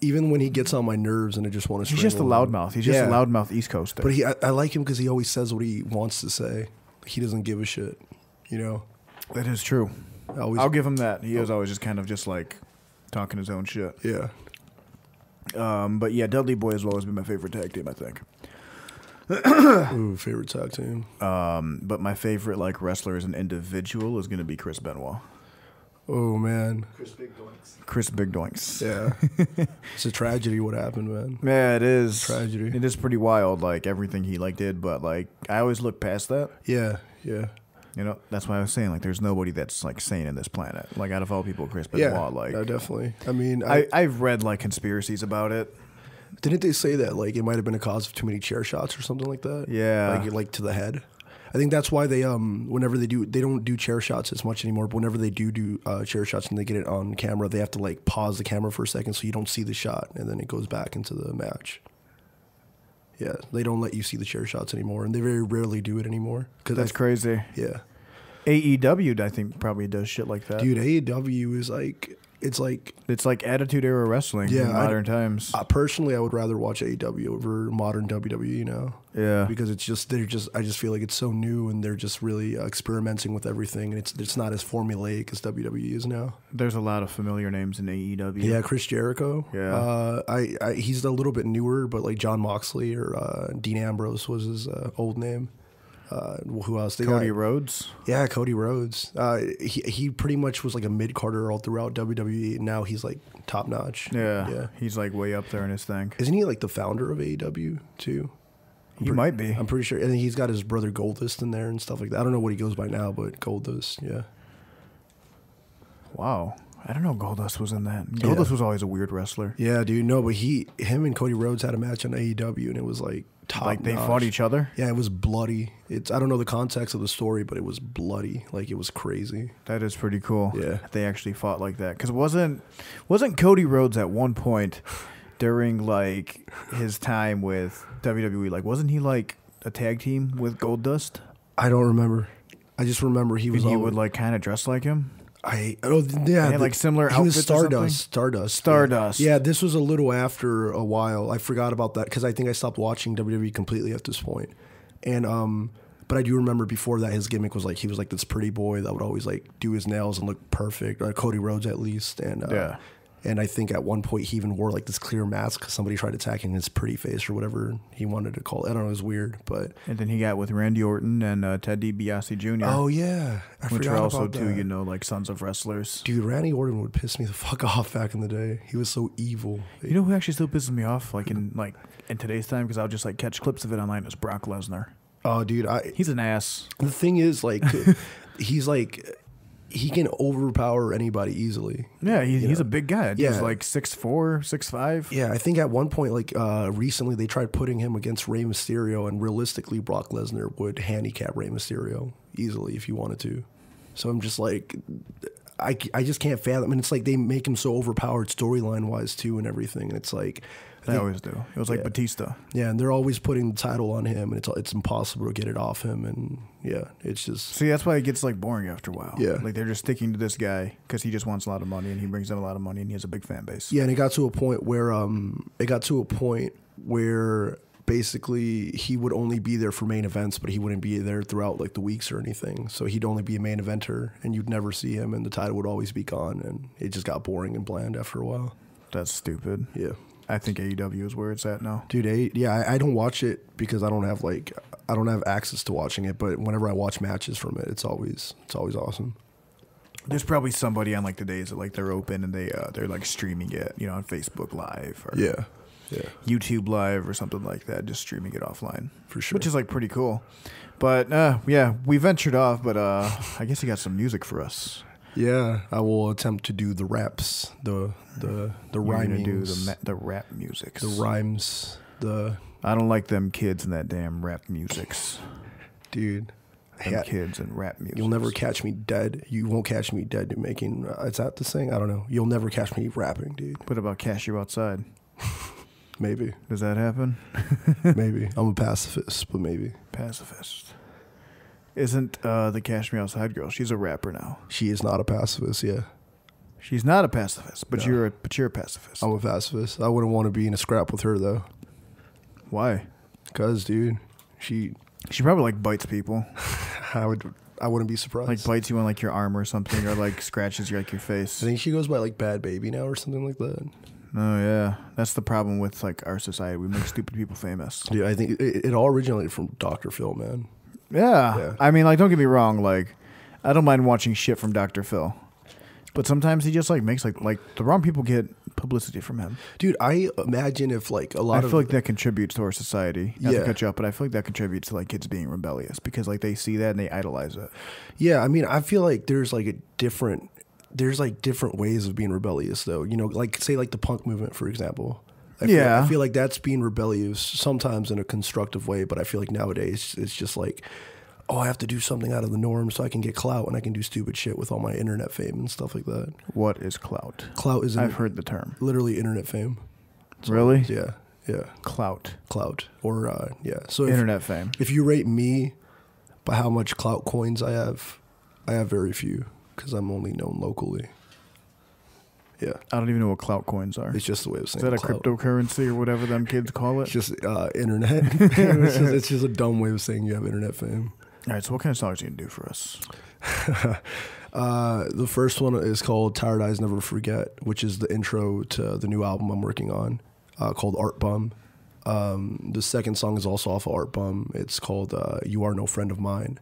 [SPEAKER 2] even when he gets on my nerves and I just want to.
[SPEAKER 1] He's just a loudmouth. He's just
[SPEAKER 2] Yeah.
[SPEAKER 1] a loudmouth East Coaster.
[SPEAKER 2] But he, I, I like him because he always says what he wants to say. He doesn't give a shit. You know.
[SPEAKER 1] that is true.
[SPEAKER 2] I always.
[SPEAKER 1] I'll give him that.
[SPEAKER 2] Oh.
[SPEAKER 1] He is always just kind of just like talking his own shit.
[SPEAKER 2] yeah.
[SPEAKER 1] Um, but yeah, Dudley Boys will always be my favorite tag team, I think.
[SPEAKER 2] Ooh, favorite tag team.
[SPEAKER 1] Um, but my favorite like wrestler as an individual is going to be Chris Benoit,
[SPEAKER 2] Oh man.
[SPEAKER 3] Chris Big Doinks.
[SPEAKER 1] Chris Big Doinks.
[SPEAKER 2] Yeah. it's a tragedy what happened, man.
[SPEAKER 1] Yeah, it is
[SPEAKER 2] Tragedy.
[SPEAKER 1] It is pretty wild, like everything he like did. But like, I always look past that.
[SPEAKER 2] Yeah, yeah.
[SPEAKER 1] You know, that's why I was saying like, there's nobody that's like sane in this planet. Like out of all people, Chris Benoit.
[SPEAKER 2] Yeah.
[SPEAKER 1] like,
[SPEAKER 2] no, definitely. I mean, I,
[SPEAKER 1] I, I've read like conspiracies about it.
[SPEAKER 2] didn't they say that like it might have been a cause of too many chair shots or something like that?
[SPEAKER 1] Yeah.
[SPEAKER 2] Like like to the head. I think that's why they um whenever they do they don't do chair shots as much anymore, but whenever they do do uh, chair shots and they get it on camera, they have to like pause the camera for a second so you don't see the shot and then it goes back into the match. Yeah, they don't let you see the chair shots anymore and they very rarely do it anymore cuz
[SPEAKER 1] That's crazy.
[SPEAKER 2] Yeah.
[SPEAKER 1] AEW, E I think, probably does shit like that.
[SPEAKER 2] Dude, AEW is like it's like
[SPEAKER 1] It's like Attitude Era Wrestling
[SPEAKER 2] Yeah,
[SPEAKER 1] in
[SPEAKER 2] I-
[SPEAKER 1] modern times.
[SPEAKER 2] Uh, personally, I would rather watch AEW over modern WWE now.
[SPEAKER 1] Yeah.
[SPEAKER 2] Because it's just they're just I just feel like it's so new and they're just really uh, experimenting with everything and it's it's not as formulaic as WWE is now.
[SPEAKER 1] There's a E lot of familiar names in AEW.
[SPEAKER 2] Yeah, Chris Jericho.
[SPEAKER 1] Yeah.
[SPEAKER 2] uh, I, I he's a little bit newer, but like John Moxley or uh, Dean Ambrose was his uh, old name. Uh, who else? They
[SPEAKER 1] Cody
[SPEAKER 2] got-
[SPEAKER 1] Rhodes.
[SPEAKER 2] yeah, Cody Rhodes. Uh, he he pretty much was like a mid Carter all throughout WWE. And now he's like top notch.
[SPEAKER 1] Yeah.
[SPEAKER 2] yeah.
[SPEAKER 1] He's like way up there in his thing.
[SPEAKER 2] Isn't he like the founder of AEW too?
[SPEAKER 1] He might be.
[SPEAKER 2] I'm pretty sure. And then he's got his brother Goldust in there and stuff like that. I don't know what he goes by now, but Goldust, yeah.
[SPEAKER 1] wow. I don't know. Goldust was in that. Goldust was always a weird wrestler.
[SPEAKER 2] Yeah, dude. No, but he, him and Cody Rhodes had a match on AEW and it was like top
[SPEAKER 1] like they
[SPEAKER 2] notch.
[SPEAKER 1] fought each other.
[SPEAKER 2] Yeah, it was bloody. It's I don't know the context of the story, but it was bloody. Like it was crazy.
[SPEAKER 1] That is pretty cool.
[SPEAKER 2] Yeah.
[SPEAKER 1] They actually fought like that because wasn't wasn't Cody Rhodes at one point during like his time with WWE like wasn't he like a tag team with Goldust?
[SPEAKER 2] I don't remember. I just remember he was.
[SPEAKER 1] And he
[SPEAKER 2] always-
[SPEAKER 1] would like kind of dress like him.
[SPEAKER 2] I oh th- yeah,
[SPEAKER 1] had, like, similar
[SPEAKER 2] He was
[SPEAKER 1] outfits or something?
[SPEAKER 2] Stardust, Stardust, yeah.
[SPEAKER 1] Stardust.
[SPEAKER 2] Yeah. this was a little after a while. I forgot about that because I think I stopped watching WWE completely at this point. And um, but I do remember before that his gimmick was like he was like this pretty boy that would always like do his nails and look perfect, or Cody Rhodes at least. And uh,
[SPEAKER 1] Yeah.
[SPEAKER 2] and I think at one point he even wore like this clear mask because somebody tried attacking his pretty face or whatever he wanted to call it. I don't know, it was weird, but
[SPEAKER 1] And then he got with Randy Orton and uh, Ted DiBiase Jr.
[SPEAKER 2] oh yeah, I
[SPEAKER 1] which
[SPEAKER 2] forgot
[SPEAKER 1] are also
[SPEAKER 2] about
[SPEAKER 1] two,
[SPEAKER 2] that.
[SPEAKER 1] you know, like sons of wrestlers.
[SPEAKER 2] Dude, Randy Orton would piss me the fuck off back in the day. He was so evil.
[SPEAKER 1] You know who actually still pisses me off, like in like in today's time, because I'll just like catch clips of it online. Is Brock Lesnar?
[SPEAKER 2] Oh, dude, I.
[SPEAKER 1] He's an ass.
[SPEAKER 2] The thing is, like, he's like, he can overpower anybody easily.
[SPEAKER 1] Yeah, he, he's a big guy. He's
[SPEAKER 2] Yeah.
[SPEAKER 1] like six four, six five.
[SPEAKER 2] Yeah, I think at one point, like uh, recently, they tried putting him against Rey Mysterio, and realistically, Brock Lesnar would handicap Rey Mysterio easily if he wanted to. So I'm just like, I, I just can't fathom. And it's like they make him so overpowered storyline wise too, and everything. And it's like,
[SPEAKER 1] They always do. It was like
[SPEAKER 2] Yeah.
[SPEAKER 1] Batista.
[SPEAKER 2] yeah, and they're always putting the title on him, and it's it's impossible to get it off him. And yeah, it's just
[SPEAKER 1] See, that's why it gets like boring after a while.
[SPEAKER 2] Yeah.
[SPEAKER 1] like they're just sticking to this guy because he just wants a lot of money and he brings them a lot of money and he has a big fan base.
[SPEAKER 2] yeah. And it got to a point where um, it got to a point where basically he would only be there for main events, but he wouldn't be there throughout like the weeks or anything. So he'd only be a main eventer, and you'd never see him, and the title would always be gone, and it just got boring and bland after a while.
[SPEAKER 1] That's stupid.
[SPEAKER 2] Yeah.
[SPEAKER 1] I think AEW is where it's at now.
[SPEAKER 2] Dude, I, yeah, I, I don't watch it because I don't have like I don't have access to watching it. But whenever I watch matches from it, it's always it's always awesome.
[SPEAKER 1] There's probably somebody on like the days that like they're open and they uh, they're like streaming it, you know, on Facebook Live or
[SPEAKER 2] Yeah, yeah,
[SPEAKER 1] YouTube Live or something like that, just streaming it offline,
[SPEAKER 2] for sure.
[SPEAKER 1] which is like pretty cool. But uh, yeah, we ventured off, but uh, I guess you got some music for us.
[SPEAKER 2] yeah, I will attempt to do the raps, the the the
[SPEAKER 1] We're gonna
[SPEAKER 2] rhyming,
[SPEAKER 1] do the ma- the rap music.
[SPEAKER 2] the rhymes, the
[SPEAKER 1] I don't like them kids and that damn rap musics.
[SPEAKER 2] dude.
[SPEAKER 1] Them
[SPEAKER 2] Yeah.
[SPEAKER 1] kids and rap music.
[SPEAKER 2] You'll never catch me dead. You won't catch me dead making. uh, Is that the saying? I don't know. You'll never catch me rapping, dude.
[SPEAKER 1] What about cash you outside?
[SPEAKER 2] Maybe,
[SPEAKER 1] Does that happen?
[SPEAKER 2] maybe. I'm a pacifist, but maybe
[SPEAKER 1] Pacifist. Isn't uh, the Cash Me Outside girl? She's a rapper now.
[SPEAKER 2] she is not a pacifist. Yeah.
[SPEAKER 1] She's not a pacifist, but
[SPEAKER 2] No.
[SPEAKER 1] you're a but you're a pacifist.
[SPEAKER 2] I'm a pacifist. I wouldn't want to be in a scrap with her though,
[SPEAKER 1] Why?
[SPEAKER 2] cause dude, she,
[SPEAKER 1] She probably like bites people,
[SPEAKER 2] I would, I wouldn't be
[SPEAKER 1] like
[SPEAKER 2] surprised.
[SPEAKER 1] bites you on like your arm or something, or like scratches like your face.
[SPEAKER 2] I think she goes by like Bad Baby now or something like that.
[SPEAKER 1] Oh yeah, that's the problem with like our society. We make stupid people famous.
[SPEAKER 2] Yeah, I think it, it all originated from Doctor Phil, man.
[SPEAKER 1] Yeah.
[SPEAKER 2] Yeah.
[SPEAKER 1] I mean, like, don't get me wrong. Like, I don't mind watching shit from Dr. Phil, but sometimes he just like makes like like the wrong people get publicity from him.
[SPEAKER 2] Dude, I imagine if like a lot
[SPEAKER 1] I
[SPEAKER 2] of
[SPEAKER 1] feel like that contributes to our society. Not to
[SPEAKER 2] Yeah.
[SPEAKER 1] cut you off, but I feel like that contributes to like kids being rebellious because like they see that and they idolize it.
[SPEAKER 2] Yeah, I mean, I feel like there's like a different there's like different ways of being rebellious though. You know, like say like the punk movement for example. I feel,
[SPEAKER 1] Yeah.
[SPEAKER 2] I feel like that's being rebellious sometimes in a constructive way, but I feel like nowadays it's just like oh, I have to do something out of the norm so I can get clout and I can do stupid shit with all my internet fame and stuff like that.
[SPEAKER 1] What is clout?
[SPEAKER 2] Clout is
[SPEAKER 1] I've
[SPEAKER 2] in,
[SPEAKER 1] heard the term.
[SPEAKER 2] literally internet fame.
[SPEAKER 1] Really?
[SPEAKER 2] Yeah. Yeah.
[SPEAKER 1] Clout.
[SPEAKER 2] Clout or uh yeah. So if,
[SPEAKER 1] Internet fame.
[SPEAKER 2] if you rate me by how much clout coins I have, I have very few because I'm only known locally. Yeah,
[SPEAKER 1] I don't even know what clout coins are.
[SPEAKER 2] it's just the way of
[SPEAKER 1] Is
[SPEAKER 2] saying
[SPEAKER 1] that a
[SPEAKER 2] clout.
[SPEAKER 1] cryptocurrency or whatever them kids call
[SPEAKER 2] It's
[SPEAKER 1] it?
[SPEAKER 2] just uh, internet. it's, just, it's just a dumb way of saying you have internet fame.
[SPEAKER 1] All right. So what kind of songs are you gonna do for us?
[SPEAKER 2] Uh, the first one is called "Tired Eyes Never Forget," which is the intro to the new album I'm working on uh, called Art Bum. Um, the second song is also off of Art Bum. It's called uh, "You Are No Friend of Mine,"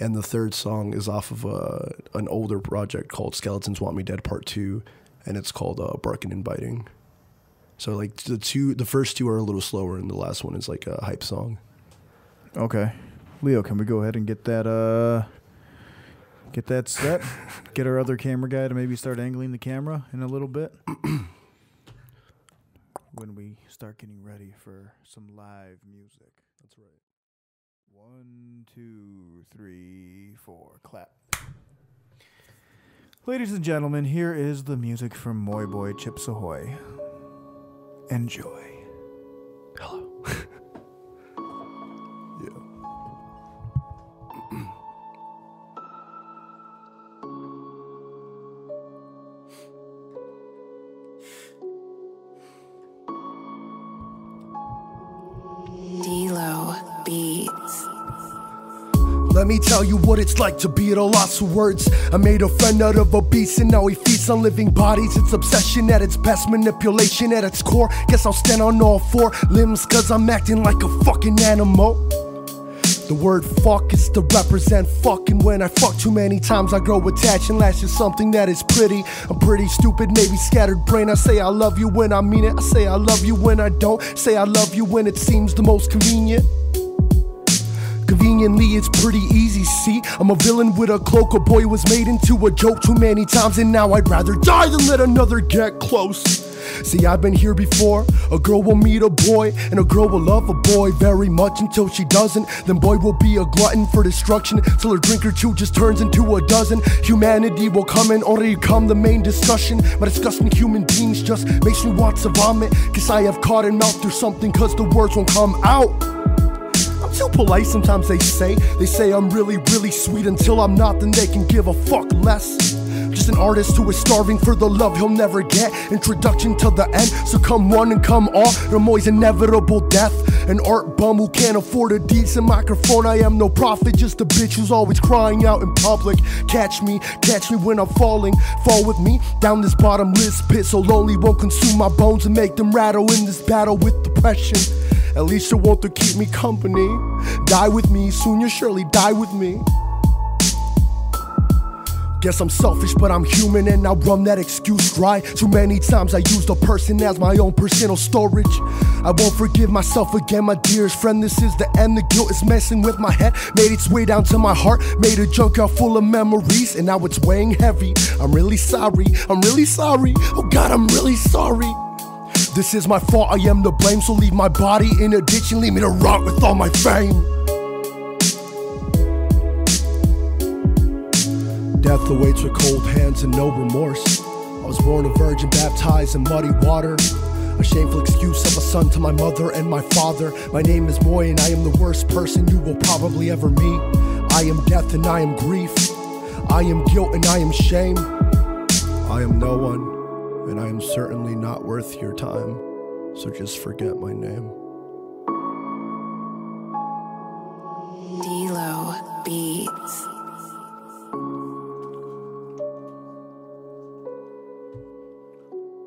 [SPEAKER 2] and the third song is off of uh, an older project called "Skeletons Want Me Dead Part 2, and it's called uh, "Barking and Biting." So like the two, the first two are a little slower, and the last one is like a hype song.
[SPEAKER 1] Okay. Leo, can we go ahead and get that uh get that set? get our other camera guy to maybe start angling the camera in a little bit. when we start getting ready for some live music.
[SPEAKER 2] That's right.
[SPEAKER 1] One, two, three, four, clap. Ladies and gentlemen, here is the music from Moy Boy Chips Ahoy. Enjoy.
[SPEAKER 2] Hello. yeah.
[SPEAKER 5] D'Lo Beats.
[SPEAKER 2] Let me tell you what it's like to be at a loss for words. I made a friend out of a beast and now he feeds on living bodies. It's obsession at its best, manipulation at its core. Guess I'll stand on all four limbs cause I'm acting like a fucking animal. The word fuck is to represent fuck, and when I fuck too many times, I grow attached and latch to something that is pretty. I'm pretty stupid, maybe scattered brain. I say I love you when I mean it. I say I love you when I don't. Say I love you when it seems the most convenient. Conveniently, it's pretty easy, see? I'm a villain with a cloak, a boy was made into a joke too many times, and now I'd rather die than let another get close. See, I've been here before. A girl will meet a boy, and a girl will love a boy very much until she doesn't. Then boy will be a glutton for destruction till her drink or two just turns into a dozen. Humanity will come and already come the main discussion. My disgusting human beings just makes me want to vomit. Guess I have caught enough through something, cause the words won't come out. I'm too polite sometimes they say. They say I'm really, really sweet until I'm not, then they can give a fuck less. Just an artist who is starving for the love he'll never get. Introduction to the end, so come one and come all. From always inevitable death. An art bum who can't afford a decent microphone. I am no prophet, just a bitch who's always crying out in public. Catch me, catch me when I'm falling. Fall with me down this bottomless pit, so lonely won't consume my bones and make them rattle in this battle with depression. At least you want to keep me company. Die with me, soon you'll surely die with me. Guess I'm selfish, but I'm human and I run that excuse dry. Too many times I used a person as my own personal storage. I won't forgive myself again, my dearest friend. This is the end. The guilt is messing with my head. Made its way down to my heart. Made a junkyard full of memories, and now it's weighing heavy. I'm really sorry. I'm really sorry. Oh God, I'm really sorry. This is my fault, I am to blame. So leave my body in a ditch and leave me to rot with all my fame. Death awaits with cold hands and no remorse. I was born a virgin, baptized in muddy water. A shameful excuse of a son to my mother and my father. My name is Moy, and I am the worst person you will probably ever meet. I am death, and I am grief. I am guilt, and I am shame. I am no one, and I am certainly not worth your time, so just forget my name.
[SPEAKER 5] D'Lo Beats.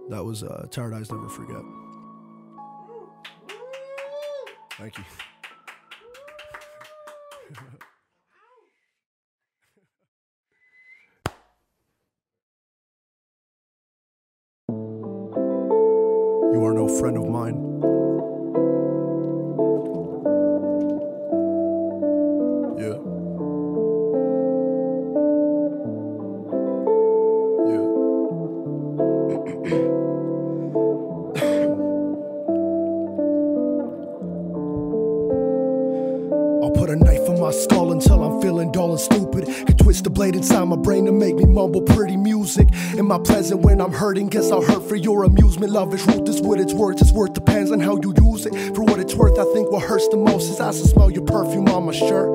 [SPEAKER 2] That was uh, Tired Eyes Never Forget. Thank you. You are no friend of mine. Yeah. Yeah. I'll put a knife in my skull until I'm feeling dull and stupid. Can twist the blade inside my brain to make me mumble pretty music. In my present when I'm hurting, guess I'll hurt for your amusement. Love is ruthless with its words, its worth depends on how you use it. For what it's worth, I think what hurts the most is I still smell your perfume on my shirt.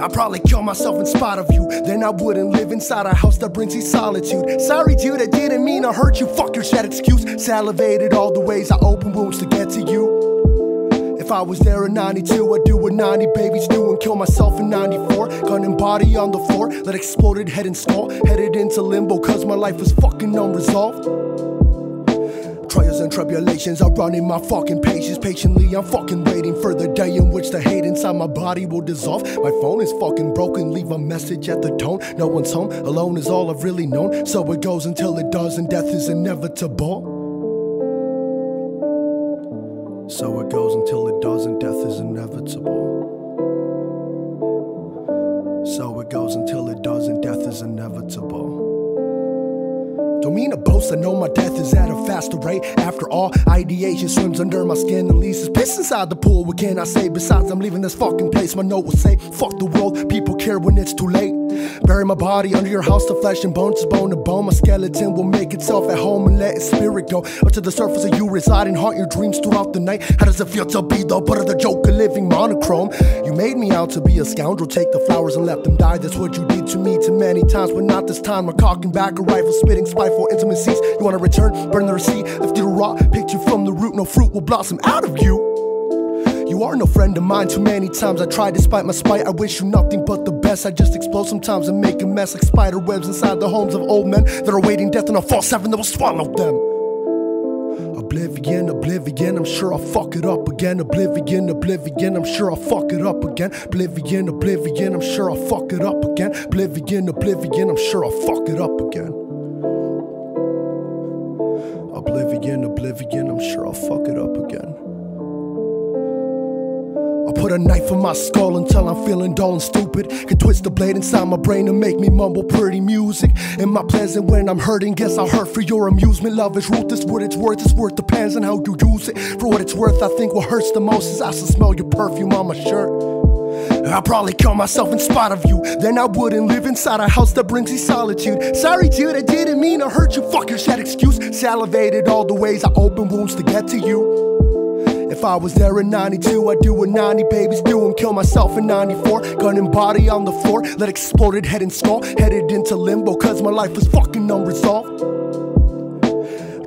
[SPEAKER 2] I'd probably kill myself in spite of you. Then I wouldn't live inside a house that brings you solitude. Sorry, dude, I didn't mean to hurt you. Fuck your sad excuse. Salivated all the ways I open wounds to get to you. If I was there in 92, I'd do what 90 babies do and kill myself in 94. Gun and body on the floor, let exploded head and skull. Headed into limbo, cause my life was fucking unresolved. Trials and tribulations are running my fucking pages. Patiently, I'm fucking waiting for the day in which the hate inside my body will dissolve. My phone is fucking broken, leave a message at the tone. No one's home, alone is all I've really known. So it goes until it does, and death is inevitable. So it goes until it does, and death is inevitable. So it goes until it does, and death is inevitable. Don't mean to boast, I know my death is at a faster rate. After all, ideation swims under my skin and leaves his piss inside the pool. What can I say? Besides, I'm leaving this fucking place. My note will say, fuck the world, people care when it's too late. Bury my body under your house, the flesh and bones is bone to bone. My skeleton will make itself at home and let its spirit go. Up to the surface of you reside and haunt your dreams throughout the night. How does it feel to be the butt of the joke, a living monochrome? You made me out to be a scoundrel, take the flowers and let them die. That's what you did to me too many times, but not this time. I'm cocking back a rifle, spitting spiteful intimacies. You wanna return, burn the receipt, left you to rot, picked you from the root, no fruit will blossom out of you. You are no friend of mine. Too many times I tried to spite my spite. I wish you nothing but the best. I just explode sometimes and make a mess like spider webs inside the homes of old men that are waiting death on a false heaven that will swallow them. Oblivion, oblivion, I'm sure I'll fuck it up again. Oblivion, oblivion, I'm sure I'll fuck it up again. Oblivion, oblivion, I'm sure I'll fuck it up again. Oblivion, oblivion, I'm sure I'll fuck it up again. Oblivion, oblivion, I'm sure I'll fuck it up again. I put a knife in my skull until I'm feeling dull and stupid. Can twist the blade inside my brain and make me mumble pretty music. Am I pleasant when I'm hurting? Guess I hurt for your amusement. Love is ruthless, what it's worth is worth depends on how you use it. For what it's worth, I think what hurts the most is I still smell your perfume on my shirt. I'd probably kill myself in spite of you. Then I wouldn't live inside a house that brings you solitude. Sorry, dude, I didn't mean to hurt you. Fuck your shit excuse. Salivated all the ways I open wounds to get to you. If I was there in 92, I'd do a 90 babies do and kill myself in 94. Gun and body on the floor, let exploded head and skull. Headed into limbo, cause my life was fucking unresolved.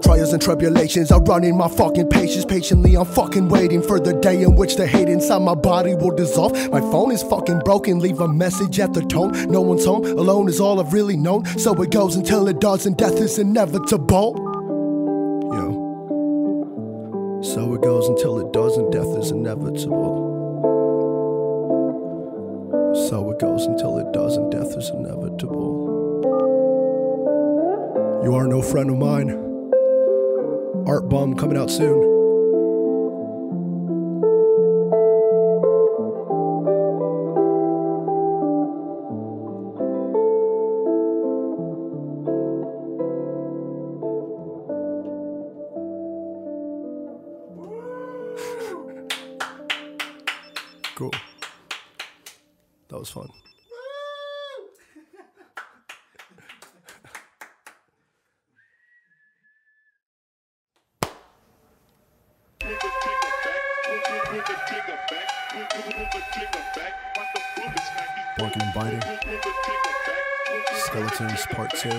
[SPEAKER 2] Trials and tribulations are running my fucking patience. Patiently, I'm fucking waiting for the day in which the hate inside my body will dissolve. My phone is fucking broken, leave a message at the tone. No one's home, alone is all I've really known. So it goes until it does, and death is inevitable. Yo. So it goes until it does, and death is inevitable. So it goes until it does, and death is inevitable. You are no friend of mine. Art Bum coming out soon. Cool. That was fun. Barking and biting. Skeletons Part 2.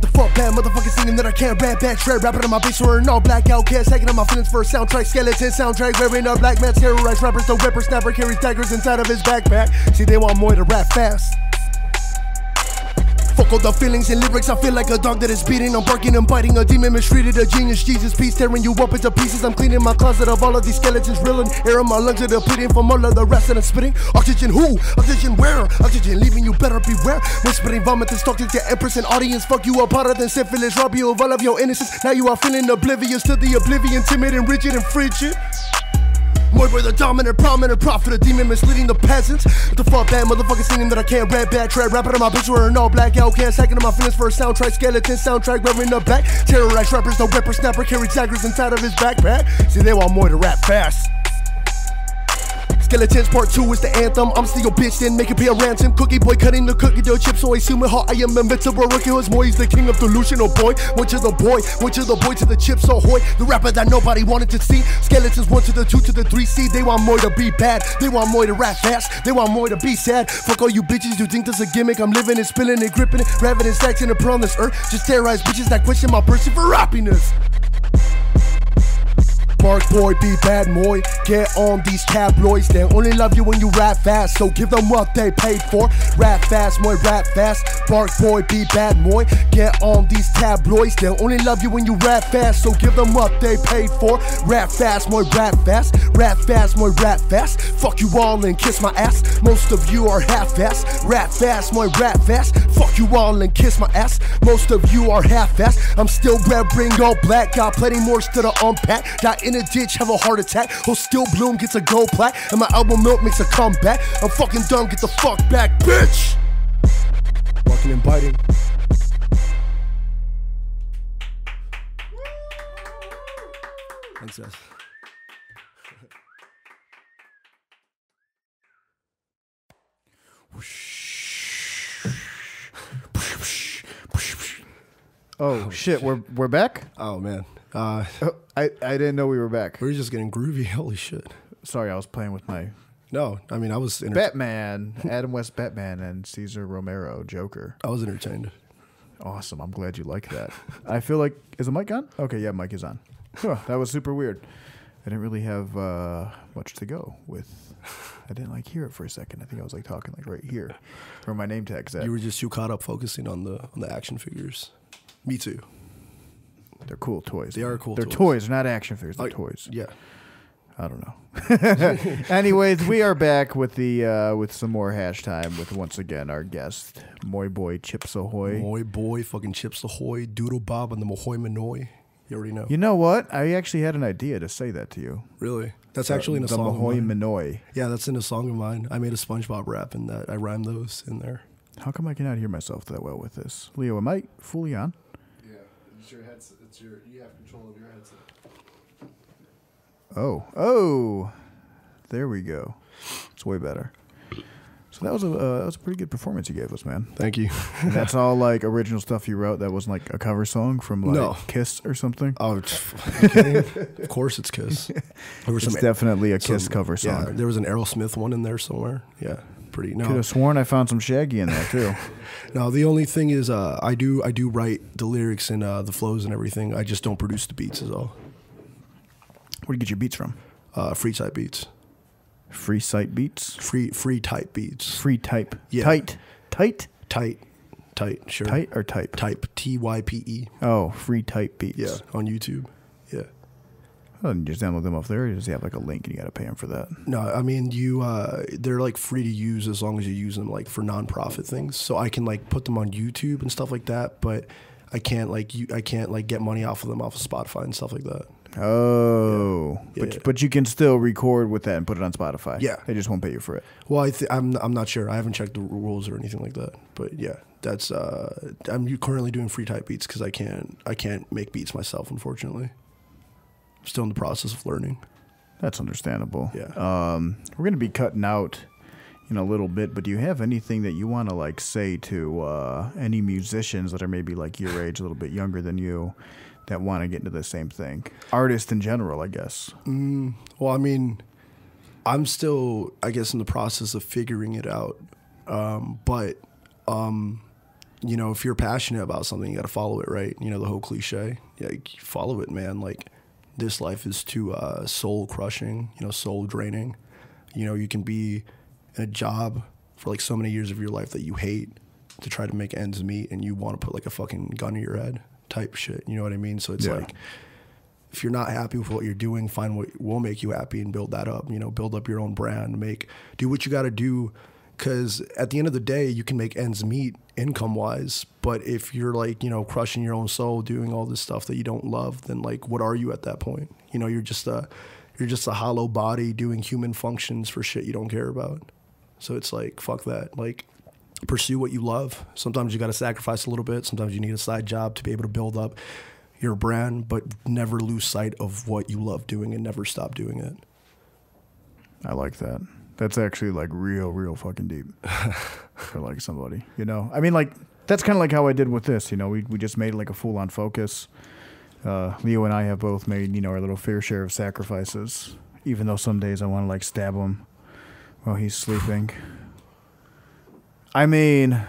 [SPEAKER 2] the fuck bad motherfucking singing that I can't rap back Trap rapping on my bitch wearing all black outcast Hacking on my feelings for a soundtrack Skeleton soundtrack wearing a black mask Terrorized rappers the whippersnapper carries daggers inside of his backpack See they want more to rap fast Fuck all the feelings and lyrics, I feel like a dog that is beating. I'm barking and biting, a demon mistreated, a genius. Jesus, peace, tearing you up into pieces. I'm cleaning my closet of all of these skeletons, reeling. Air in my lungs are depleting from all of the rest that I'm spitting. Oxygen who? Oxygen where? Oxygen leaving you better beware. Whispering vomit that's toxic to empress and audience. Fuck you up harder than syphilis, rob you of all of your innocence. Now you are feeling oblivious to the oblivion, timid and rigid and frigid. More where the dominant, prominent prophet, a demon misleading the peasants. What the fuck, bad motherfucker singing that I can't rap back. Trap rapping on my bitch wearing all black outcast, hacking on my feelings for a soundtrack. Skeleton soundtrack wearing the back. Terrorize rappers, the whippersnapper carry daggers inside of his backpack. See, they want more to rap fast. Skeletons part two is the anthem. I'm still your bitch, then make it be a ransom. Cookie boy cutting the cookie dough chips, so I assume it hot. I am invincible. Rookie was more, he's the king of delusional boy. Went to the boy, went to the boy to the chips, oh hoy. The rapper that nobody wanted to see. Skeletons one to the two to the three C. They want more to be bad, they want more to rap fast, they want more to be sad. Fuck all you bitches, you think this a gimmick? I'm living it, spilling it, gripping it, rapping and stacking it, put on this earth. Just terrorize bitches that question my person for happiness. Bark boy, be bad boy. Get on these tabloids. They only love you when you rap fast. So give them what they paid for. Rap fast, boy, rap fast. Bark boy, be bad boy. Get on these tabloids. They only love you when you rap fast. So give them what they paid for. Rap fast, boy, rap fast. Rap fast, boy, rap fast. Fuck you all and kiss my ass. Most of you are half ass. Rap fast, boy, rap fast. Fuck you all and kiss my ass. Most of you are half ass. I'm still wearing all black. Got plenty more still to unpack. Got in a ditch, have a heart attack. Whole still bloom gets a gold plaque. And my album Milk makes a comeback. I'm fucking dumb, get the fuck back, bitch! Walking and biting. Thanks, guys.
[SPEAKER 1] Oh, shit, we're we're back.
[SPEAKER 2] Oh man, uh,
[SPEAKER 1] Oh, I I didn't know we were back.
[SPEAKER 2] we're just getting groovy. Holy shit!
[SPEAKER 1] Sorry, I was playing with my
[SPEAKER 2] No, I mean I was enter-
[SPEAKER 1] Batman, Adam West Batman, and Caesar Romero Joker.
[SPEAKER 2] I was entertained.
[SPEAKER 1] Awesome. I'm glad you like that. I feel like is the mic on? Okay, yeah, mic is on. Huh, that was super weird. I didn't really have uh, much to go with. I didn't like hear it for a second. I think I was like talking like right here, where my name tag's at.
[SPEAKER 2] You were just too caught up focusing on the on the action figures. Me too.
[SPEAKER 1] They're cool toys.
[SPEAKER 2] They are cool
[SPEAKER 1] They're
[SPEAKER 2] toys.
[SPEAKER 1] toys, not action figures. They're
[SPEAKER 2] Like,
[SPEAKER 1] toys.
[SPEAKER 2] Yeah.
[SPEAKER 1] I don't know. Anyways, we are back with the uh, with some more hash time with once again our guest, Moy Boy Chips Ahoy.
[SPEAKER 2] Moy boy, fucking Chips Ahoy, Doodle Bob, and the Mahoy Manoy. You already know.
[SPEAKER 1] You know what? I actually had an idea to say that to you.
[SPEAKER 2] really? That's actually in a
[SPEAKER 1] the
[SPEAKER 2] song. of
[SPEAKER 1] Mahoy
[SPEAKER 2] mine.
[SPEAKER 1] Minoy.
[SPEAKER 2] Yeah, that's in a song of mine. I made a SpongeBob rap and that I rhymed those in there.
[SPEAKER 1] How come I cannot hear myself that well with this? Leo, am I fully on?
[SPEAKER 3] Yeah, it's your headset. It's your. You have control of your headset.
[SPEAKER 1] Oh, oh, there we go. It's way better. So that was a uh, that was a pretty good performance you gave us, man.
[SPEAKER 2] Thank you.
[SPEAKER 1] And that's all like original stuff you wrote. That wasn't like a cover song from like
[SPEAKER 2] No.
[SPEAKER 1] Kiss or something.
[SPEAKER 2] Oh, pff, you kidding? of course it's Kiss. There was
[SPEAKER 1] It's definitely a Kiss
[SPEAKER 2] some-
[SPEAKER 1] cover
[SPEAKER 2] Yeah,
[SPEAKER 1] song.
[SPEAKER 2] there was an Aerosmith one in there somewhere. Yeah, pretty.
[SPEAKER 1] Could
[SPEAKER 2] No,
[SPEAKER 1] have sworn I found some Shaggy in there too.
[SPEAKER 2] no. The only thing is, uh, I do I do write the lyrics and uh, the flows and everything. I just don't produce the beats is all.
[SPEAKER 1] Where'd you get your beats from?
[SPEAKER 2] Uh, free type beats,
[SPEAKER 1] Free site beats.
[SPEAKER 2] free free type beats,
[SPEAKER 1] Free type.
[SPEAKER 2] Yeah.
[SPEAKER 1] Tight. Tight.
[SPEAKER 2] tight, tight, sure,
[SPEAKER 1] Tight or type.
[SPEAKER 2] type, T Y P E.
[SPEAKER 1] Oh, free type beats.
[SPEAKER 2] Yeah, on YouTube. Yeah.
[SPEAKER 1] I didn't just download them off there. You just have like a link, and you got to pay them for that.
[SPEAKER 2] No, I mean you. Uh, they're like free to use as long as you use them like for nonprofit things. So I can like put them on YouTube and stuff like that, but I can't like you. I can't like get money off of them off of Spotify and stuff like that.
[SPEAKER 1] Oh,
[SPEAKER 2] Yeah.
[SPEAKER 1] but but you can still record with that and put it on Spotify.
[SPEAKER 2] Yeah.
[SPEAKER 1] they just won't pay you for it.
[SPEAKER 2] Well, I th- I'm I'm not sure. I haven't checked the rules or anything like that. But yeah, that's uh, I'm currently doing free type beats because I can't I can't make beats myself. Unfortunately, I'm still in the process of learning.
[SPEAKER 1] That's understandable.
[SPEAKER 2] Yeah.
[SPEAKER 1] Um, we're gonna be cutting out in a little bit, but do you have anything that you want to like say to uh, any musicians that are maybe like your age, a little bit younger than you, that want to get into the same thing? Artists in general, I guess.
[SPEAKER 2] Well, I mean, I'm still, I guess, in the process of figuring it out. Um, but, um, you know, if you're passionate about something, you got to follow it, right? You know, the whole cliche. Like, follow it, man. Like, this life is too uh, soul crushing, you know, soul draining. You know, you can be in a job for like so many years of your life that you hate to try to make ends meet and you want to put like a fucking gun to your head type shit. You know what I mean? So it's
[SPEAKER 1] Yeah.
[SPEAKER 2] like, if you're not happy with what you're doing, find what will make you happy and build that up. You know, build up your own brand, make do what you got to do. Because at the end of the day, you can make ends meet income wise. But if you're like, you know, crushing your own soul, doing all this stuff that you don't love, then like, what are you at that point? You know, you're just a, you're just a hollow body doing human functions for shit you don't care about. So it's like, fuck that. Like, pursue what you love. Sometimes you got to sacrifice a little bit. Sometimes you need a side job to be able to build up your brand, but never lose sight of what you love doing and never stop doing it.
[SPEAKER 1] I like that. That's actually like real, real fucking deep for like somebody, you know? I mean, like, that's kind of like how I did with this, you know? We, we just made like a full on focus. Uh, Leo and I have both made, you know, our little fair share of sacrifices, even though some days I want to like stab him while he's sleeping. I mean,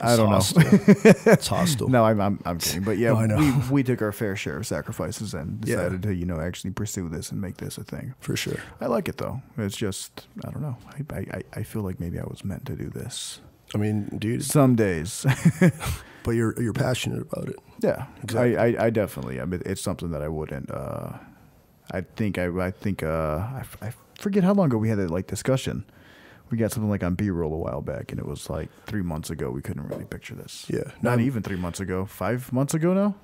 [SPEAKER 1] I don't know.
[SPEAKER 2] know. it's hostile.
[SPEAKER 1] No, I'm, I'm, I'm kidding. But yeah,
[SPEAKER 2] No, I know.
[SPEAKER 1] we, we took our fair share of sacrifices and
[SPEAKER 2] Yeah.
[SPEAKER 1] decided to, you know, actually pursue this and make this a thing.
[SPEAKER 2] For sure.
[SPEAKER 1] I like it though. It's just I don't know. I I, I- I feel like maybe I was meant to do this.
[SPEAKER 2] I mean, dude,
[SPEAKER 1] Some days,
[SPEAKER 2] but you're you're passionate about it.
[SPEAKER 1] yeah.
[SPEAKER 2] Exactly.
[SPEAKER 1] I, I I definitely. I mean, it's something that I wouldn't. Uh, I think I I think uh I, f- I forget how long ago we had that like discussion. We got something like on B roll a while back, and it was like three months ago. We couldn't really picture this.
[SPEAKER 2] Yeah.
[SPEAKER 1] not
[SPEAKER 2] No.
[SPEAKER 1] even three months ago. Five months ago now.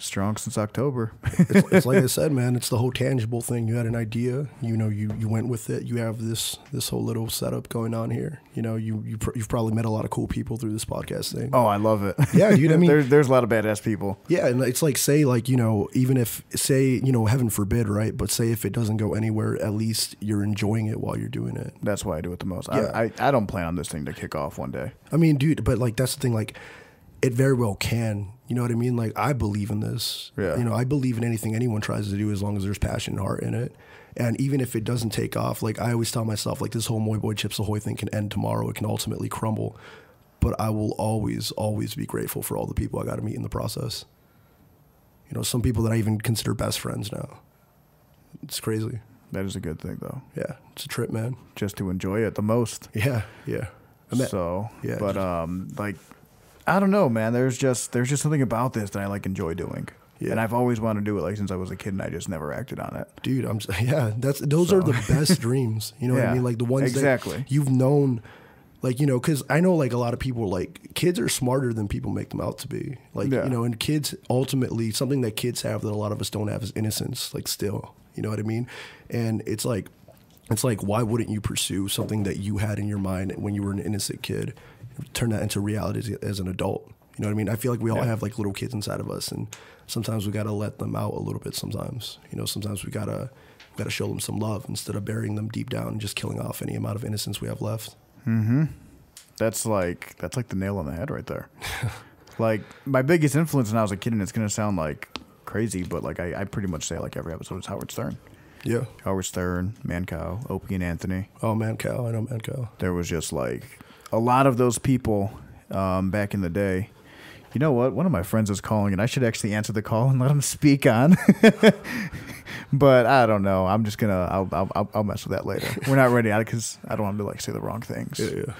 [SPEAKER 1] Strong since October.
[SPEAKER 2] It's, it's like I said, man. It's the whole tangible thing. You had an idea. You know, you you went with it. You have this this whole little setup going on here. You know, you you pr- you've probably met a lot of cool people through this podcast thing.
[SPEAKER 1] oh, I love it.
[SPEAKER 2] Yeah, dude, I mean-
[SPEAKER 1] there's there's a lot of badass people.
[SPEAKER 2] Yeah, and it's like say like you know even if say you know heaven forbid right, but say if it doesn't go anywhere, at least you're enjoying it while you're doing it.
[SPEAKER 1] That's why I do it the most.
[SPEAKER 2] Yeah.
[SPEAKER 1] I, I I don't plan on this thing to kick off one day.
[SPEAKER 2] I mean, dude, but like that's the thing. Like, it very well can. You know what I mean? Like, I believe in this.
[SPEAKER 1] Yeah.
[SPEAKER 2] You know, I believe in anything anyone tries to do as long as there's passion and heart in it. And even if it doesn't take off, like I always tell myself, like this whole Moy Boy Chips Ahoy thing can end tomorrow. It can ultimately crumble, but I will always, always be grateful for all the people I got to meet in the process. You know, some people that I even consider best friends now. It's crazy.
[SPEAKER 1] That is a good thing, though,
[SPEAKER 2] Yeah, it's a trip, man.
[SPEAKER 1] just to enjoy it the most.
[SPEAKER 2] Yeah, yeah. I met-
[SPEAKER 1] so,
[SPEAKER 2] yeah,
[SPEAKER 1] but
[SPEAKER 2] just-
[SPEAKER 1] um, like, I don't know, man. There's just there's just something about this that I like enjoy doing,
[SPEAKER 2] Yeah.
[SPEAKER 1] and I've always wanted to do it like since I was a kid, and I just never acted on it.
[SPEAKER 2] dude i'm yeah that's those are the best dreams you know what
[SPEAKER 1] Yeah,
[SPEAKER 2] i mean like the ones
[SPEAKER 1] exactly.
[SPEAKER 2] that you've known Like, you know, because I know like a lot of people, like, kids are smarter than people make them out to be. Like,
[SPEAKER 1] Yeah.
[SPEAKER 2] you know, and kids ultimately, something that kids have that a lot of us don't have is innocence, like, still. You know what I mean? And it's like, it's like, why wouldn't you pursue something that you had in your mind when you were an innocent kid? Turn that into reality as, as an adult. You know what I mean? I feel like we all have like little kids inside of us, and sometimes we gotta let them out a little bit. Sometimes, you know, sometimes we gotta we gotta show them some love instead of burying them deep down and just killing off any amount of innocence we have left.
[SPEAKER 1] That's like that's like the nail on the head right there. like my biggest influence when I was a kid, and it's gonna sound like crazy, but like I, I pretty much say it like every episode is Howard Stern.
[SPEAKER 2] Yeah.
[SPEAKER 1] Howard Stern, Mancow, Opie and Anthony.
[SPEAKER 2] Oh man, cow. I know man, cow.
[SPEAKER 1] There was just like a lot of those people um, back in the day. You know what? One of my friends is calling, and I should actually answer the call and let him speak on. but I don't know. I'm just gonna. I'll, I'll- I'll, I'll mess with that later. We're not ready because I don't want to like say the wrong things.
[SPEAKER 2] yeah.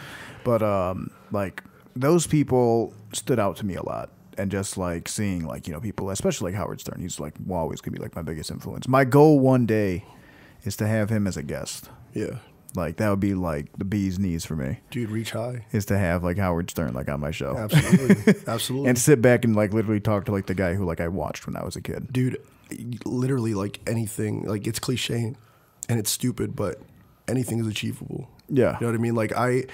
[SPEAKER 1] But um, like those people stood out to me a lot, and just like seeing like you know people, especially like Howard Stern, he's like always gonna be like my biggest influence. My goal one day is to have him as a guest.
[SPEAKER 2] Yeah.
[SPEAKER 1] Like that would be like the bee's knees for me
[SPEAKER 2] Dude, reach high.
[SPEAKER 1] is to have like Howard Stern like on my show
[SPEAKER 2] Absolutely. Absolutely.
[SPEAKER 1] and sit back and like literally talk to like the guy who like I watched when I was a kid.
[SPEAKER 2] dude literally like anything like it's cliche and it's stupid but anything is achievable
[SPEAKER 1] Yeah.
[SPEAKER 2] you know what i mean like i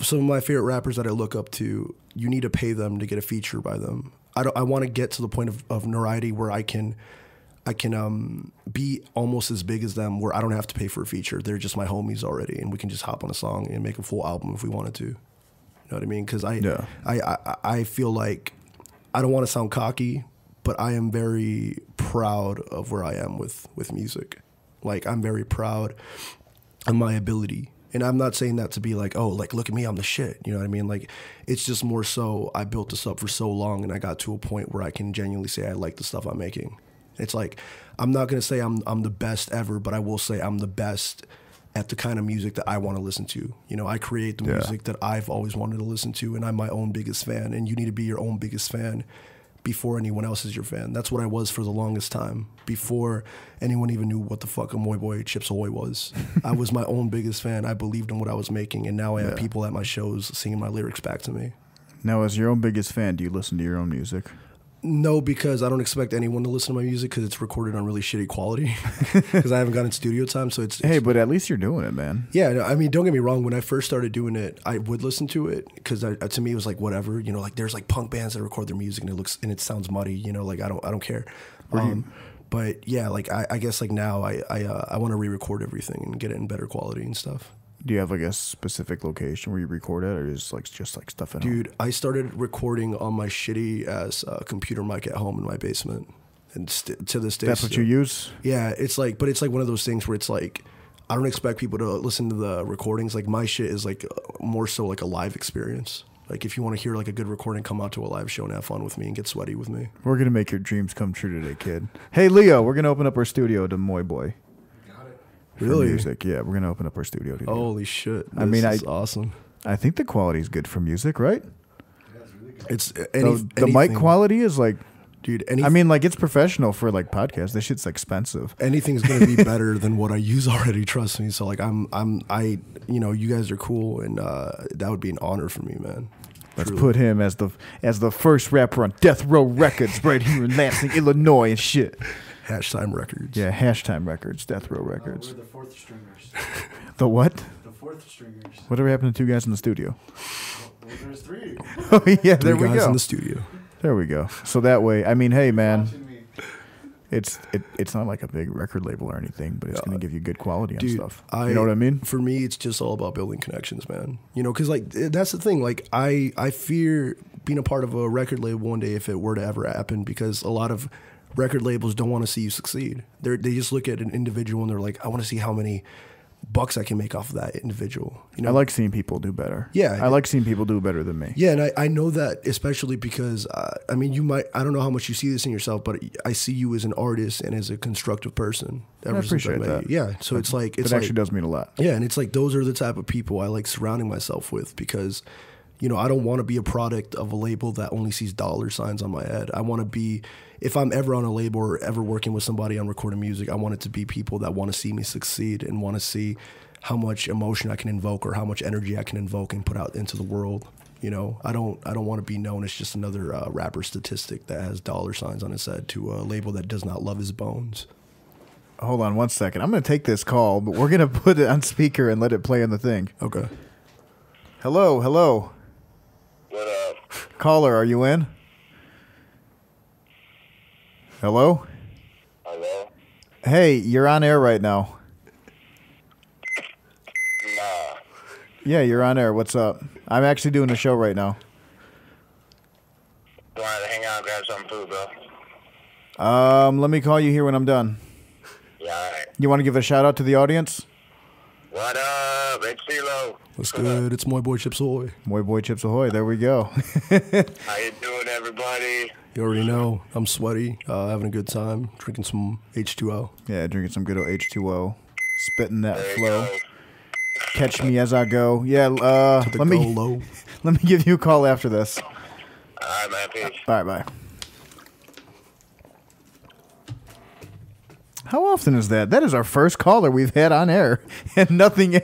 [SPEAKER 2] some of my favorite rappers that i look up to you need to pay them to get a feature by them i don't i want to get to the point of, of notoriety where i can i can um be almost as big as them where i don't have to pay for a feature they're just my homies already and we can just hop on a song and make a full album if we wanted to you know what I mean? Because I,
[SPEAKER 1] Yeah.
[SPEAKER 2] I, I, I feel like I don't want to sound cocky, but I am very proud of where I am with with music. Like I'm very proud of my ability, and I'm not saying that to be like, oh, like look at me, I'm the shit. You know what I mean? Like it's just more so I built this up for so long, and I got to a point where I can genuinely say I like the stuff I'm making. It's like I'm not gonna say I'm I'm the best ever, but I will say I'm the best at the kind of music that I want to listen to. You know, I create the music that I've always wanted to listen to, and I'm my own biggest fan. And you need to be your own biggest fan before anyone else is your fan. That's what I was for the longest time. Before anyone even knew what the fuck a Moy Boy Chips Ahoy was, I was my own biggest fan. I believed in what I was making, and now I have people at my shows singing my lyrics back to me.
[SPEAKER 1] Now, as your own biggest fan, do you listen to your own music?
[SPEAKER 2] No, because I don't expect anyone to listen to my music because it's recorded on really shitty quality. Because I haven't gotten studio time, so it's, it's
[SPEAKER 1] Hey, but at least you're doing it, man.
[SPEAKER 2] Yeah, no, I mean, don't get me wrong. When I first started doing it, I would listen to it because to me it was like whatever, you know. Like there's like punk bands that record their music and it looks and it sounds muddy, you know. Like I don't, I don't care. Um, but yeah, like I, I guess like now I, I, uh, I want to re-record everything and get it in better quality and stuff.
[SPEAKER 1] Do you have like a specific location where you record it, or is like just like stuff in? a-
[SPEAKER 2] Dude, I started recording on my shitty ass uh, computer mic at home in my basement, and st- to this day,
[SPEAKER 1] that's what you
[SPEAKER 2] still-
[SPEAKER 1] use.
[SPEAKER 2] Yeah, it's like, but it's like one of those things where it's like, I don't expect people to listen to the recordings. Like my shit is like uh, more so like a live experience. Like if you want to hear like a good recording, come out to a live show and have fun with me and get sweaty with me.
[SPEAKER 1] We're gonna make your dreams come true today, kid. Hey, Leo, we're gonna open up our studio to Moy Boy. for Music, yeah, we're gonna open up our studio to. Oh.
[SPEAKER 2] Holy shit!
[SPEAKER 1] I mean,
[SPEAKER 2] this is
[SPEAKER 1] I-
[SPEAKER 2] awesome.
[SPEAKER 1] I think the quality's good for music, right?
[SPEAKER 2] It's uh, any,
[SPEAKER 1] the the mic
[SPEAKER 2] anything-
[SPEAKER 1] quality is like
[SPEAKER 2] dude. Any,
[SPEAKER 1] I mean, like it's professional for like podcasts. This shit's expensive.
[SPEAKER 2] anything's gonna be better than what I use already. Trust me. So like, I'm, I'm, I, you know, you guys are cool, and uh, that would be an honor for me, man.
[SPEAKER 1] Let's put him as the as the first rapper on Death Row Records right here in Lansing, Illinois, and shit.
[SPEAKER 2] Hash Time Records.
[SPEAKER 1] Yeah, hash time records, Death Row
[SPEAKER 3] Uh, we're
[SPEAKER 1] Records.
[SPEAKER 3] the fourth stringers.
[SPEAKER 1] The what?
[SPEAKER 3] The fourth stringers.
[SPEAKER 1] Whatever happened to two guys in the studio?
[SPEAKER 3] Well, there's three.
[SPEAKER 1] Oh yeah,
[SPEAKER 2] Three
[SPEAKER 1] there we
[SPEAKER 2] guys
[SPEAKER 1] go.
[SPEAKER 2] in the studio.
[SPEAKER 1] there we go. So that way, I mean, hey man,
[SPEAKER 3] Watching me.
[SPEAKER 1] it's it, it's not like a big record label or anything, but it's gonna give you good quality on stuff.
[SPEAKER 2] Uh, I,
[SPEAKER 1] you know what I mean?
[SPEAKER 2] For me, it's just all about building connections, man. You know, because like th- that's the thing. Like I, I fear being a part of a record label one day if it were to ever happen, because a lot of record labels don't want to see you succeed. They they just look at an individual and they're like, I want to see how many bucks I can make off of that individual. You know,
[SPEAKER 1] I like seeing people do better.
[SPEAKER 2] Yeah.
[SPEAKER 1] I like seeing people do better than me.
[SPEAKER 2] yeah, and I, I know that especially because uh, I mean you might I don't know how much you see this in yourself, but I see you as an artist and as a constructive person. Ever
[SPEAKER 1] appreciate
[SPEAKER 2] met
[SPEAKER 1] that.
[SPEAKER 2] you. Yeah, so it's like
[SPEAKER 1] It
[SPEAKER 2] it's like,
[SPEAKER 1] actually does mean a lot.
[SPEAKER 2] yeah, and it's like those are the type of people I like surrounding myself with because you know, I don't want to be a product of a label that only sees dollar signs on my head. I want to be, if I'm ever on a label or ever working with somebody on recording music, I want it to be people that want to see me succeed and want to see how much emotion I can invoke or how much energy I can invoke and put out into the world. You know, I don't, I don't want to be known as just another uh, rapper statistic that has dollar signs on his head to a label that does not love his bones.
[SPEAKER 1] Hold on one second. I'm going to take this call, but we're going to put it on speaker and let it play on the thing.
[SPEAKER 2] Okay.
[SPEAKER 1] Hello, hello.
[SPEAKER 6] What up?
[SPEAKER 1] Caller, are you in? Hello?
[SPEAKER 6] Hello?
[SPEAKER 1] Hey, you're on air right now.
[SPEAKER 6] Nah.
[SPEAKER 1] Yeah, you're on air. What's up? I'm actually doing a show right now.
[SPEAKER 6] Wanted to hang out and grab some food, bro.
[SPEAKER 1] Um, let me call you here when I'm done.
[SPEAKER 6] Yeah, alright.
[SPEAKER 1] You want to give a shout out to the audience?
[SPEAKER 6] What up? It's CeeLo.
[SPEAKER 2] What's good? It's my boy Chips Ahoy.
[SPEAKER 1] Boy, boy, chips ahoy! There we go.
[SPEAKER 6] How you doing, everybody?
[SPEAKER 2] You already know I'm sweaty, uh, having a good time, drinking some H2O.
[SPEAKER 1] yeah, drinking some good old H2O, spitting that
[SPEAKER 6] There you
[SPEAKER 1] flow.
[SPEAKER 6] go.
[SPEAKER 1] Catch me as I go. Yeah. Uh, let
[SPEAKER 2] The go
[SPEAKER 1] me
[SPEAKER 2] low.
[SPEAKER 1] let me give you a call after this.
[SPEAKER 6] Alright, man, peace.
[SPEAKER 1] All right, bye. How often is that? That is our first caller we've had on air, and nothing,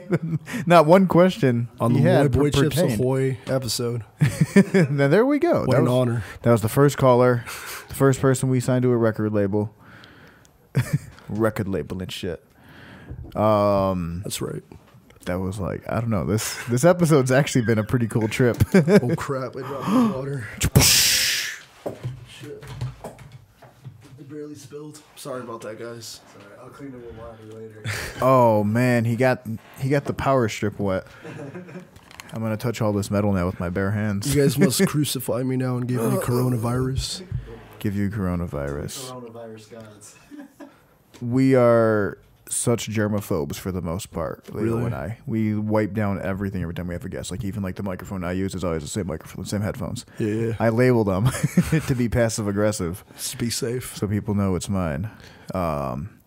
[SPEAKER 1] not one question
[SPEAKER 2] on the
[SPEAKER 1] he
[SPEAKER 2] Boy
[SPEAKER 1] had
[SPEAKER 2] Boy
[SPEAKER 1] per-
[SPEAKER 2] Chips
[SPEAKER 1] pertained.
[SPEAKER 2] Ahoy episode.
[SPEAKER 1] Now there we go.
[SPEAKER 2] What
[SPEAKER 1] that
[SPEAKER 2] an
[SPEAKER 1] was,
[SPEAKER 2] honor.
[SPEAKER 1] That was the first caller, the first person we signed to a record label. record label and shit.
[SPEAKER 2] That's right.
[SPEAKER 1] That was like I don't know. This this episode's actually been a pretty cool trip.
[SPEAKER 2] Oh crap! I dropped my water. Shit! I barely spilled. Sorry about that, guys.
[SPEAKER 3] Sorry, I'll clean it with water later.
[SPEAKER 1] oh man, he got he got the power strip wet. I'm gonna touch all this metal now with my bare hands.
[SPEAKER 2] You guys must crucify me now and give me coronavirus.
[SPEAKER 1] Give you coronavirus.
[SPEAKER 3] Coronavirus gods.
[SPEAKER 1] We are such germaphobes for the most part. Leo
[SPEAKER 2] Really?
[SPEAKER 1] and I, we wipe down everything every time we have a guest. Like even like the microphone I use is always the same microphone, same headphones.
[SPEAKER 2] Yeah.
[SPEAKER 1] I label them to be passive aggressive
[SPEAKER 2] Just be safe.
[SPEAKER 1] so people know it's mine. Um,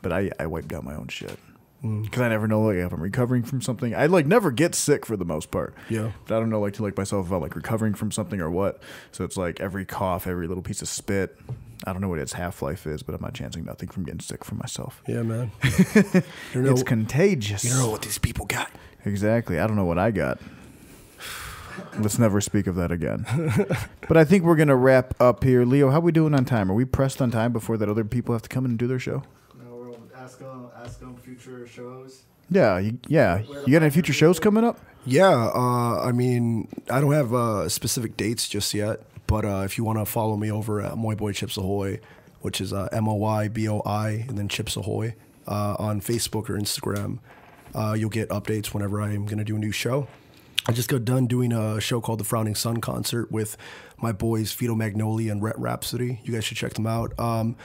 [SPEAKER 1] but I, I wiped out my own shit
[SPEAKER 2] Mm.
[SPEAKER 1] because I never know like if I'm recovering from something. I like never get sick for the most part.
[SPEAKER 2] Yeah.
[SPEAKER 1] But I don't know like to like myself if I'm like recovering from something or what. So it's like every cough, every little piece of spit. I don't know what its half life is, but I'm not chancing nothing from getting sick for myself.
[SPEAKER 2] Yeah, man. You know,
[SPEAKER 1] it's contagious.
[SPEAKER 2] you know what these people got.
[SPEAKER 1] Exactly. I don't know what I got. Let's never speak of that again. but I think we're gonna wrap up here. Leo, how we doing on time? Are we pressed on time before that other people have to come in and do their show?
[SPEAKER 3] Now we'll ask them, ask them future shows.
[SPEAKER 1] Yeah, you, yeah. You got any future shows coming up?
[SPEAKER 2] Yeah, uh, I mean, I don't have uh, specific dates just yet, but uh, if you want to follow me over at Moy Boy Chips Ahoy, which is uh, M O Y B O I and then Chips Ahoy uh, on Facebook or Instagram, uh, you'll get updates whenever I'm going to do a new show. I just got done doing a show called The Frowning Sun Concert with my boys Fetal Magnolia and Rhett Rhapsody. You guys should check them out. Um,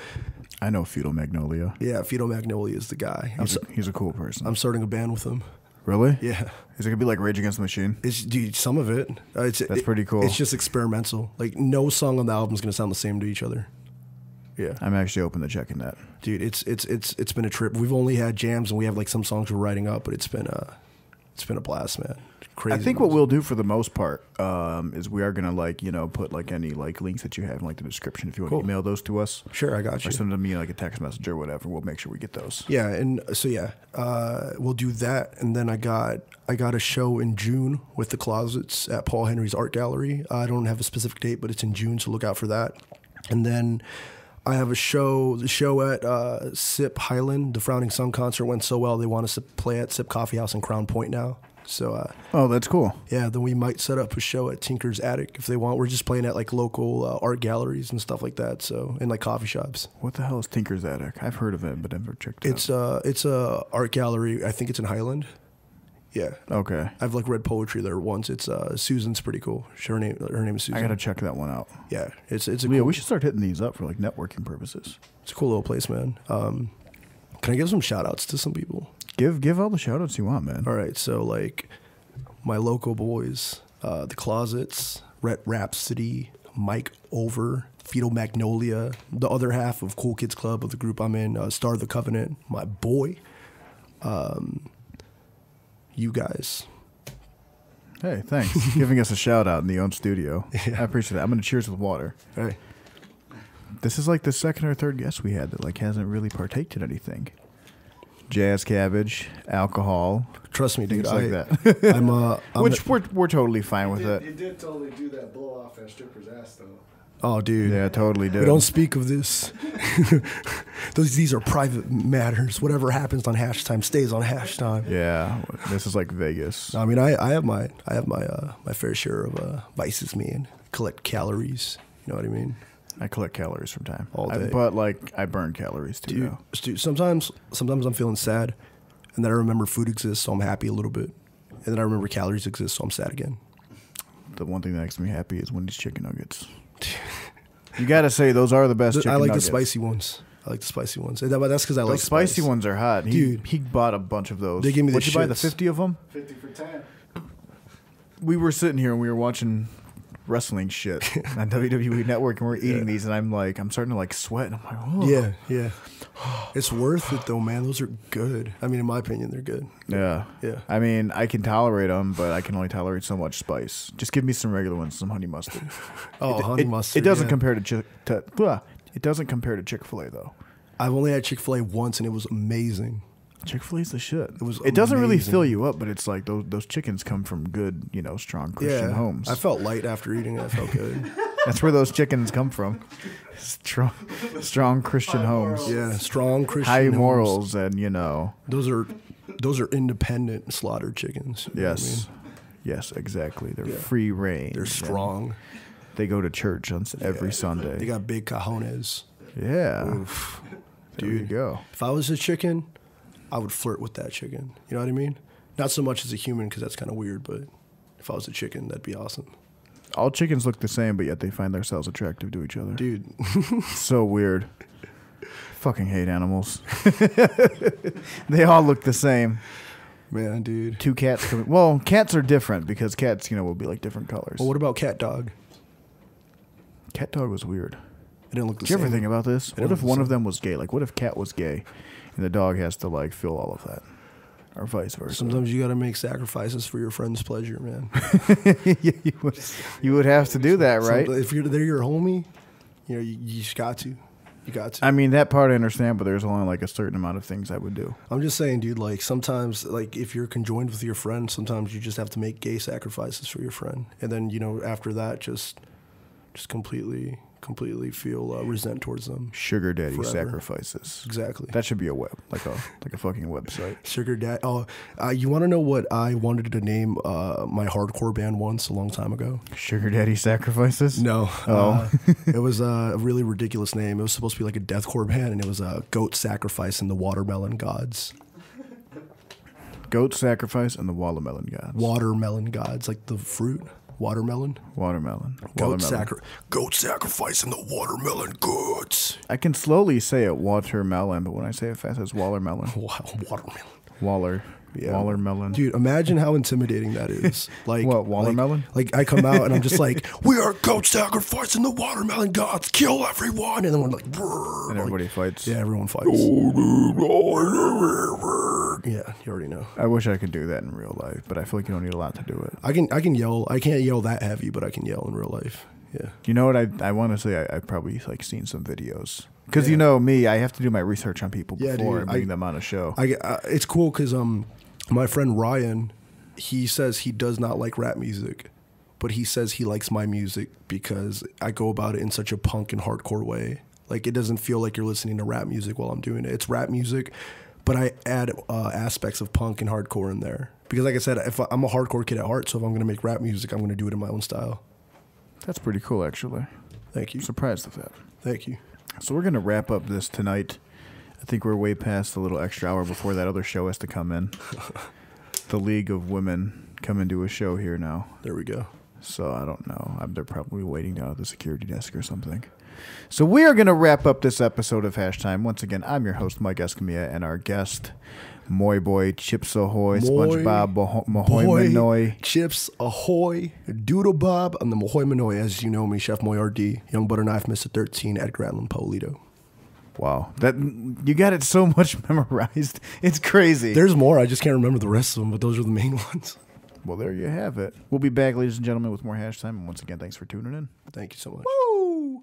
[SPEAKER 1] I know Fetal Magnolia.
[SPEAKER 2] yeah, Fetal Magnolia is the guy. I'm,
[SPEAKER 1] He's,
[SPEAKER 2] s
[SPEAKER 1] a, he's a cool person.
[SPEAKER 2] I'm starting a band with him.
[SPEAKER 1] really?
[SPEAKER 2] Yeah.
[SPEAKER 1] Is it gonna be like Rage Against the Machine?
[SPEAKER 2] It's dude, some of it. uh, It's,
[SPEAKER 1] That's
[SPEAKER 2] it-
[SPEAKER 1] pretty cool.
[SPEAKER 2] It's just experimental. Like no song on the album is gonna sound the same to each other. Yeah,
[SPEAKER 1] I'm actually open to checking that.
[SPEAKER 2] dude, it's it's it's it's been a trip. We've only had jams and we have like some songs we're writing up, but it's been a it's been a blast, man. Crazy.
[SPEAKER 1] I think what we'll do for the most part um, is we are gonna like you know put like any like links that you have in like the description if you want to email those to us.
[SPEAKER 2] sure I got
[SPEAKER 1] Or
[SPEAKER 2] you.
[SPEAKER 1] send them to me like a text message or whatever. We'll make sure we get those.
[SPEAKER 2] Yeah, and so yeah, uh, we'll do that, and then I got I got a show in June with the Closets at Paul Henry's Art Gallery. I don't have a specific date, but it's in June, so look out for that. And then I have a show the show at uh, Sip Highland. The Frowning Sun concert went so well; they want us to play at Sip Coffee House in Crown Point now. So uh,
[SPEAKER 1] Oh, that's cool.
[SPEAKER 2] yeah, then we might set up a show at Tinker's Attic if they want. We're just playing at like local uh, art galleries and stuff like that. So and like coffee shops.
[SPEAKER 1] What the hell is Tinker's Attic? I've heard of it, but never checked it
[SPEAKER 2] It's uh it's a art gallery. I think it's in Highland. Yeah.
[SPEAKER 1] out. Okay.
[SPEAKER 2] I've like read poetry there once. It's uh Susan's pretty cool. Her name her name
[SPEAKER 1] I
[SPEAKER 2] is Susan.
[SPEAKER 1] got to check that one out.
[SPEAKER 2] yeah. It's it's a
[SPEAKER 1] Yeah,
[SPEAKER 2] cool,
[SPEAKER 1] we should start hitting these up for like networking purposes.
[SPEAKER 2] it's a cool little place, man. Um can I give some shout outs to some people?
[SPEAKER 1] Give give all the shout outs you want, man.
[SPEAKER 2] All right, so like my local boys, uh The Closets, Rhett Rhapsody, Mike Over, Fetal Magnolia, the other half of Cool Kids Club of the group I'm in, uh, Star of the Covenant, my boy. Um you guys.
[SPEAKER 1] Hey, thanks. Giving us a shout out in the own studio. I appreciate that. I'm going to cheers with water.
[SPEAKER 2] Hey,
[SPEAKER 1] This is like the second or third guest we had that like hasn't really partaked in anything. Jazz cabbage, alcohol,
[SPEAKER 2] trust me, dude.
[SPEAKER 1] things
[SPEAKER 2] I,
[SPEAKER 1] like that.
[SPEAKER 2] I'm uh, I'm
[SPEAKER 1] Which we're, we're totally fine with
[SPEAKER 3] It, it
[SPEAKER 1] it.
[SPEAKER 3] did totally do that blow off that stripper's ass though.
[SPEAKER 2] oh, dude.
[SPEAKER 1] Yeah, totally do.
[SPEAKER 2] We don't speak of this. Those, these are private matters. Whatever happens on hash time stays on hash time.
[SPEAKER 1] yeah, this is like Vegas.
[SPEAKER 2] I mean, I, I have my I have my uh, my fair share of uh, vices, man. Collect calories. You know what I mean,
[SPEAKER 1] I collect calories from time.
[SPEAKER 2] All
[SPEAKER 1] I-
[SPEAKER 2] day.
[SPEAKER 1] but like I burn calories too.
[SPEAKER 2] dude?
[SPEAKER 1] though.
[SPEAKER 2] Dude, sometimes sometimes I'm feeling sad, and then I remember food exists, so I'm happy a little bit, and then I remember calories exist, so I'm sad again.
[SPEAKER 1] The one thing that makes me happy is Wendy's chicken nuggets. you gotta say those are the best.
[SPEAKER 2] Th-
[SPEAKER 1] chicken
[SPEAKER 2] I like
[SPEAKER 1] nuggets.
[SPEAKER 2] the spicy ones. I like the spicy ones. And that- but that's because I
[SPEAKER 1] Those
[SPEAKER 2] like
[SPEAKER 1] spicy
[SPEAKER 2] spice.
[SPEAKER 1] ones are hot. He,
[SPEAKER 2] Dude.
[SPEAKER 1] he bought a bunch of those.
[SPEAKER 2] They gave me the
[SPEAKER 1] What'd you buy? The
[SPEAKER 2] shits.
[SPEAKER 1] fifty of them.
[SPEAKER 3] Fifty for ten.
[SPEAKER 1] we were sitting here and we were watching wrestling shit on WWE Network, and we're eating these, and I'm like, I'm starting to like sweat, and I'm like, oh
[SPEAKER 2] Yeah, yeah. It's worth it though, man. Those are good. I mean, in my opinion, they're good.
[SPEAKER 1] yeah,
[SPEAKER 2] Yeah.
[SPEAKER 1] I mean, I can tolerate them, but I can only tolerate so much spice. Just give me some regular ones, some honey mustard.
[SPEAKER 2] Oh,
[SPEAKER 1] it,
[SPEAKER 2] honey
[SPEAKER 1] it,
[SPEAKER 2] mustard.
[SPEAKER 1] It doesn't
[SPEAKER 2] yeah.
[SPEAKER 1] compare to chick. To, blah. it doesn't compare to Chick Fil A though.
[SPEAKER 2] I've only had Chick Fil A once, and it was amazing.
[SPEAKER 1] Chick Fil A's the shit. It
[SPEAKER 2] was
[SPEAKER 1] doesn't really
[SPEAKER 2] amazing.
[SPEAKER 1] fill you up, but it's like those those chickens come from good, you know, strong Christian homes.
[SPEAKER 2] I felt light after eating it. I felt good.
[SPEAKER 1] That's where those chickens come from. Strong, strong Christian homes.
[SPEAKER 2] yeah, strong Christian.
[SPEAKER 1] high
[SPEAKER 2] homes.
[SPEAKER 1] morals and you know
[SPEAKER 2] Those are those are independent slaughtered chickens. you know what I
[SPEAKER 1] yes
[SPEAKER 2] mean?
[SPEAKER 1] yes exactly they're free range
[SPEAKER 2] they're
[SPEAKER 1] and
[SPEAKER 2] strong.
[SPEAKER 1] they go to church on s- every sunday
[SPEAKER 2] They got big cajones.
[SPEAKER 1] yeah there you
[SPEAKER 2] Dude.
[SPEAKER 1] go
[SPEAKER 2] If I was a chicken, I would flirt with that chicken. You know what I mean? Not so much as a human because that's kind of weird, but if I was a chicken, that'd be awesome,
[SPEAKER 1] all chickens look the same but yet they find themselves attractive to each other
[SPEAKER 2] dude.
[SPEAKER 1] so weird fucking hate animals they all look the same
[SPEAKER 2] man, dude.
[SPEAKER 1] two cats come, well cats are different because cats you know will be like different colors
[SPEAKER 2] Well, what about cat dog?
[SPEAKER 1] cat dog was weird
[SPEAKER 2] It didn't look the
[SPEAKER 1] Did you
[SPEAKER 2] same.
[SPEAKER 1] ever think about this? What
[SPEAKER 2] don't
[SPEAKER 1] if
[SPEAKER 2] think
[SPEAKER 1] one
[SPEAKER 2] so.
[SPEAKER 1] of them was gay? Like, what if Cat was gay, and the dog has to like fill all of that, or vice versa?
[SPEAKER 2] Sometimes you got to make sacrifices for your friend's pleasure, man.
[SPEAKER 1] Yeah, you, would, you would have to do that, right?
[SPEAKER 2] Some- if you're they're your homie, you know you, you just got to, you got to.
[SPEAKER 1] I mean, that part I understand, but there's only like a certain amount of things I would do.
[SPEAKER 2] I'm just saying, dude. Like sometimes, like if you're conjoined with your friend, sometimes you just have to make gay sacrifices for your friend, and then you know after that, just, just completely, completely feel uh, resent towards them.
[SPEAKER 1] Sugar daddy
[SPEAKER 2] Forever.
[SPEAKER 1] sacrifices.
[SPEAKER 2] Exactly.
[SPEAKER 1] That should be a web, like a like a fucking website.
[SPEAKER 2] Sugar Dad. Oh, uh, you want to know what I wanted to name uh, my hardcore band once a long time ago?
[SPEAKER 1] Sugar daddy sacrifices.
[SPEAKER 2] No.
[SPEAKER 1] Oh.
[SPEAKER 2] Uh, it was uh, a really ridiculous name. It was supposed to be like a deathcore band, and it was uh, Goat Sacrifice and the Watermelon Gods.
[SPEAKER 1] Goat sacrifice and the watermelon gods.
[SPEAKER 2] Watermelon Gods, like the fruit. Watermelon.
[SPEAKER 1] watermelon.
[SPEAKER 2] Goat,
[SPEAKER 1] watermelon.
[SPEAKER 2] sacri- goat Sacrifice and the Watermelon Gods.
[SPEAKER 1] I can slowly say it watermelon, but when I say it fast, it's watermelon.
[SPEAKER 2] Wow, watermelon.
[SPEAKER 1] Waller. Watermelon.
[SPEAKER 2] Dude, imagine how intimidating that is. Like
[SPEAKER 1] What, watermelon?
[SPEAKER 2] Like, like, I come out and I'm just like, we are goat sacrificing the watermelon gods. Kill everyone, and then we're like, "Brrr,"
[SPEAKER 1] And
[SPEAKER 2] like-
[SPEAKER 1] everybody fights.
[SPEAKER 2] yeah, everyone fights.
[SPEAKER 1] Oh,
[SPEAKER 2] yeah, you already know.
[SPEAKER 1] I wish I could do that in real life, but I feel like you don't need a lot to do it.
[SPEAKER 2] I can I can yell. I can't yell that heavy, but I can yell in real life. Yeah.
[SPEAKER 1] You know what? I I want to say I, I've probably like seen some videos because you know me, I have to do my research on people
[SPEAKER 2] Yeah,
[SPEAKER 1] before
[SPEAKER 2] dude,
[SPEAKER 1] I bring
[SPEAKER 2] I-
[SPEAKER 1] them on a show.
[SPEAKER 2] I, I it's cool because um my friend Ryan, he says he does not like rap music, but he says he likes my music because I go about it in such a punk and hardcore way. Like it doesn't feel like you're listening to rap music while I'm doing it. It's rap music, but I add uh, aspects of punk and hardcore in there because, like I said, if I, I'm a hardcore kid at heart, so if I'm gonna make rap music, I'm gonna do it in my own style.
[SPEAKER 1] That's pretty cool, actually.
[SPEAKER 2] Thank you,
[SPEAKER 1] I'm surprised of that.
[SPEAKER 2] thank you.
[SPEAKER 1] So we're gonna wrap up this tonight. I think we're way past the little extra hour before that other show has to come in. the League of Women come into a show here now.
[SPEAKER 2] There we go.
[SPEAKER 1] So I don't know. I'm, they're probably waiting down at the security desk or something. So we are going to wrap up this episode of Hash Time. Once again, I'm your host, Mike Escamilla, and our guest, Moy Boy, Chips Ahoy,
[SPEAKER 2] Moy
[SPEAKER 1] SpongeBob, Boho- Mahoy
[SPEAKER 2] Boy,
[SPEAKER 1] Manoy.
[SPEAKER 2] Chips, Ahoy, Doodle Bob. I'm the Mahoy Manoy, as you know me, Chef Moy RD, Young Butter Knife, Mr. 13, at Granlin Polito.
[SPEAKER 1] Wow, that you got it so much memorized. It's crazy.
[SPEAKER 2] There's more. I just can't remember the rest of them, but those are the main ones.
[SPEAKER 1] Well, there you have it. We'll be back, ladies and gentlemen, with more hash time. And once again, thanks for tuning in.
[SPEAKER 2] Thank you so much.
[SPEAKER 1] Woo!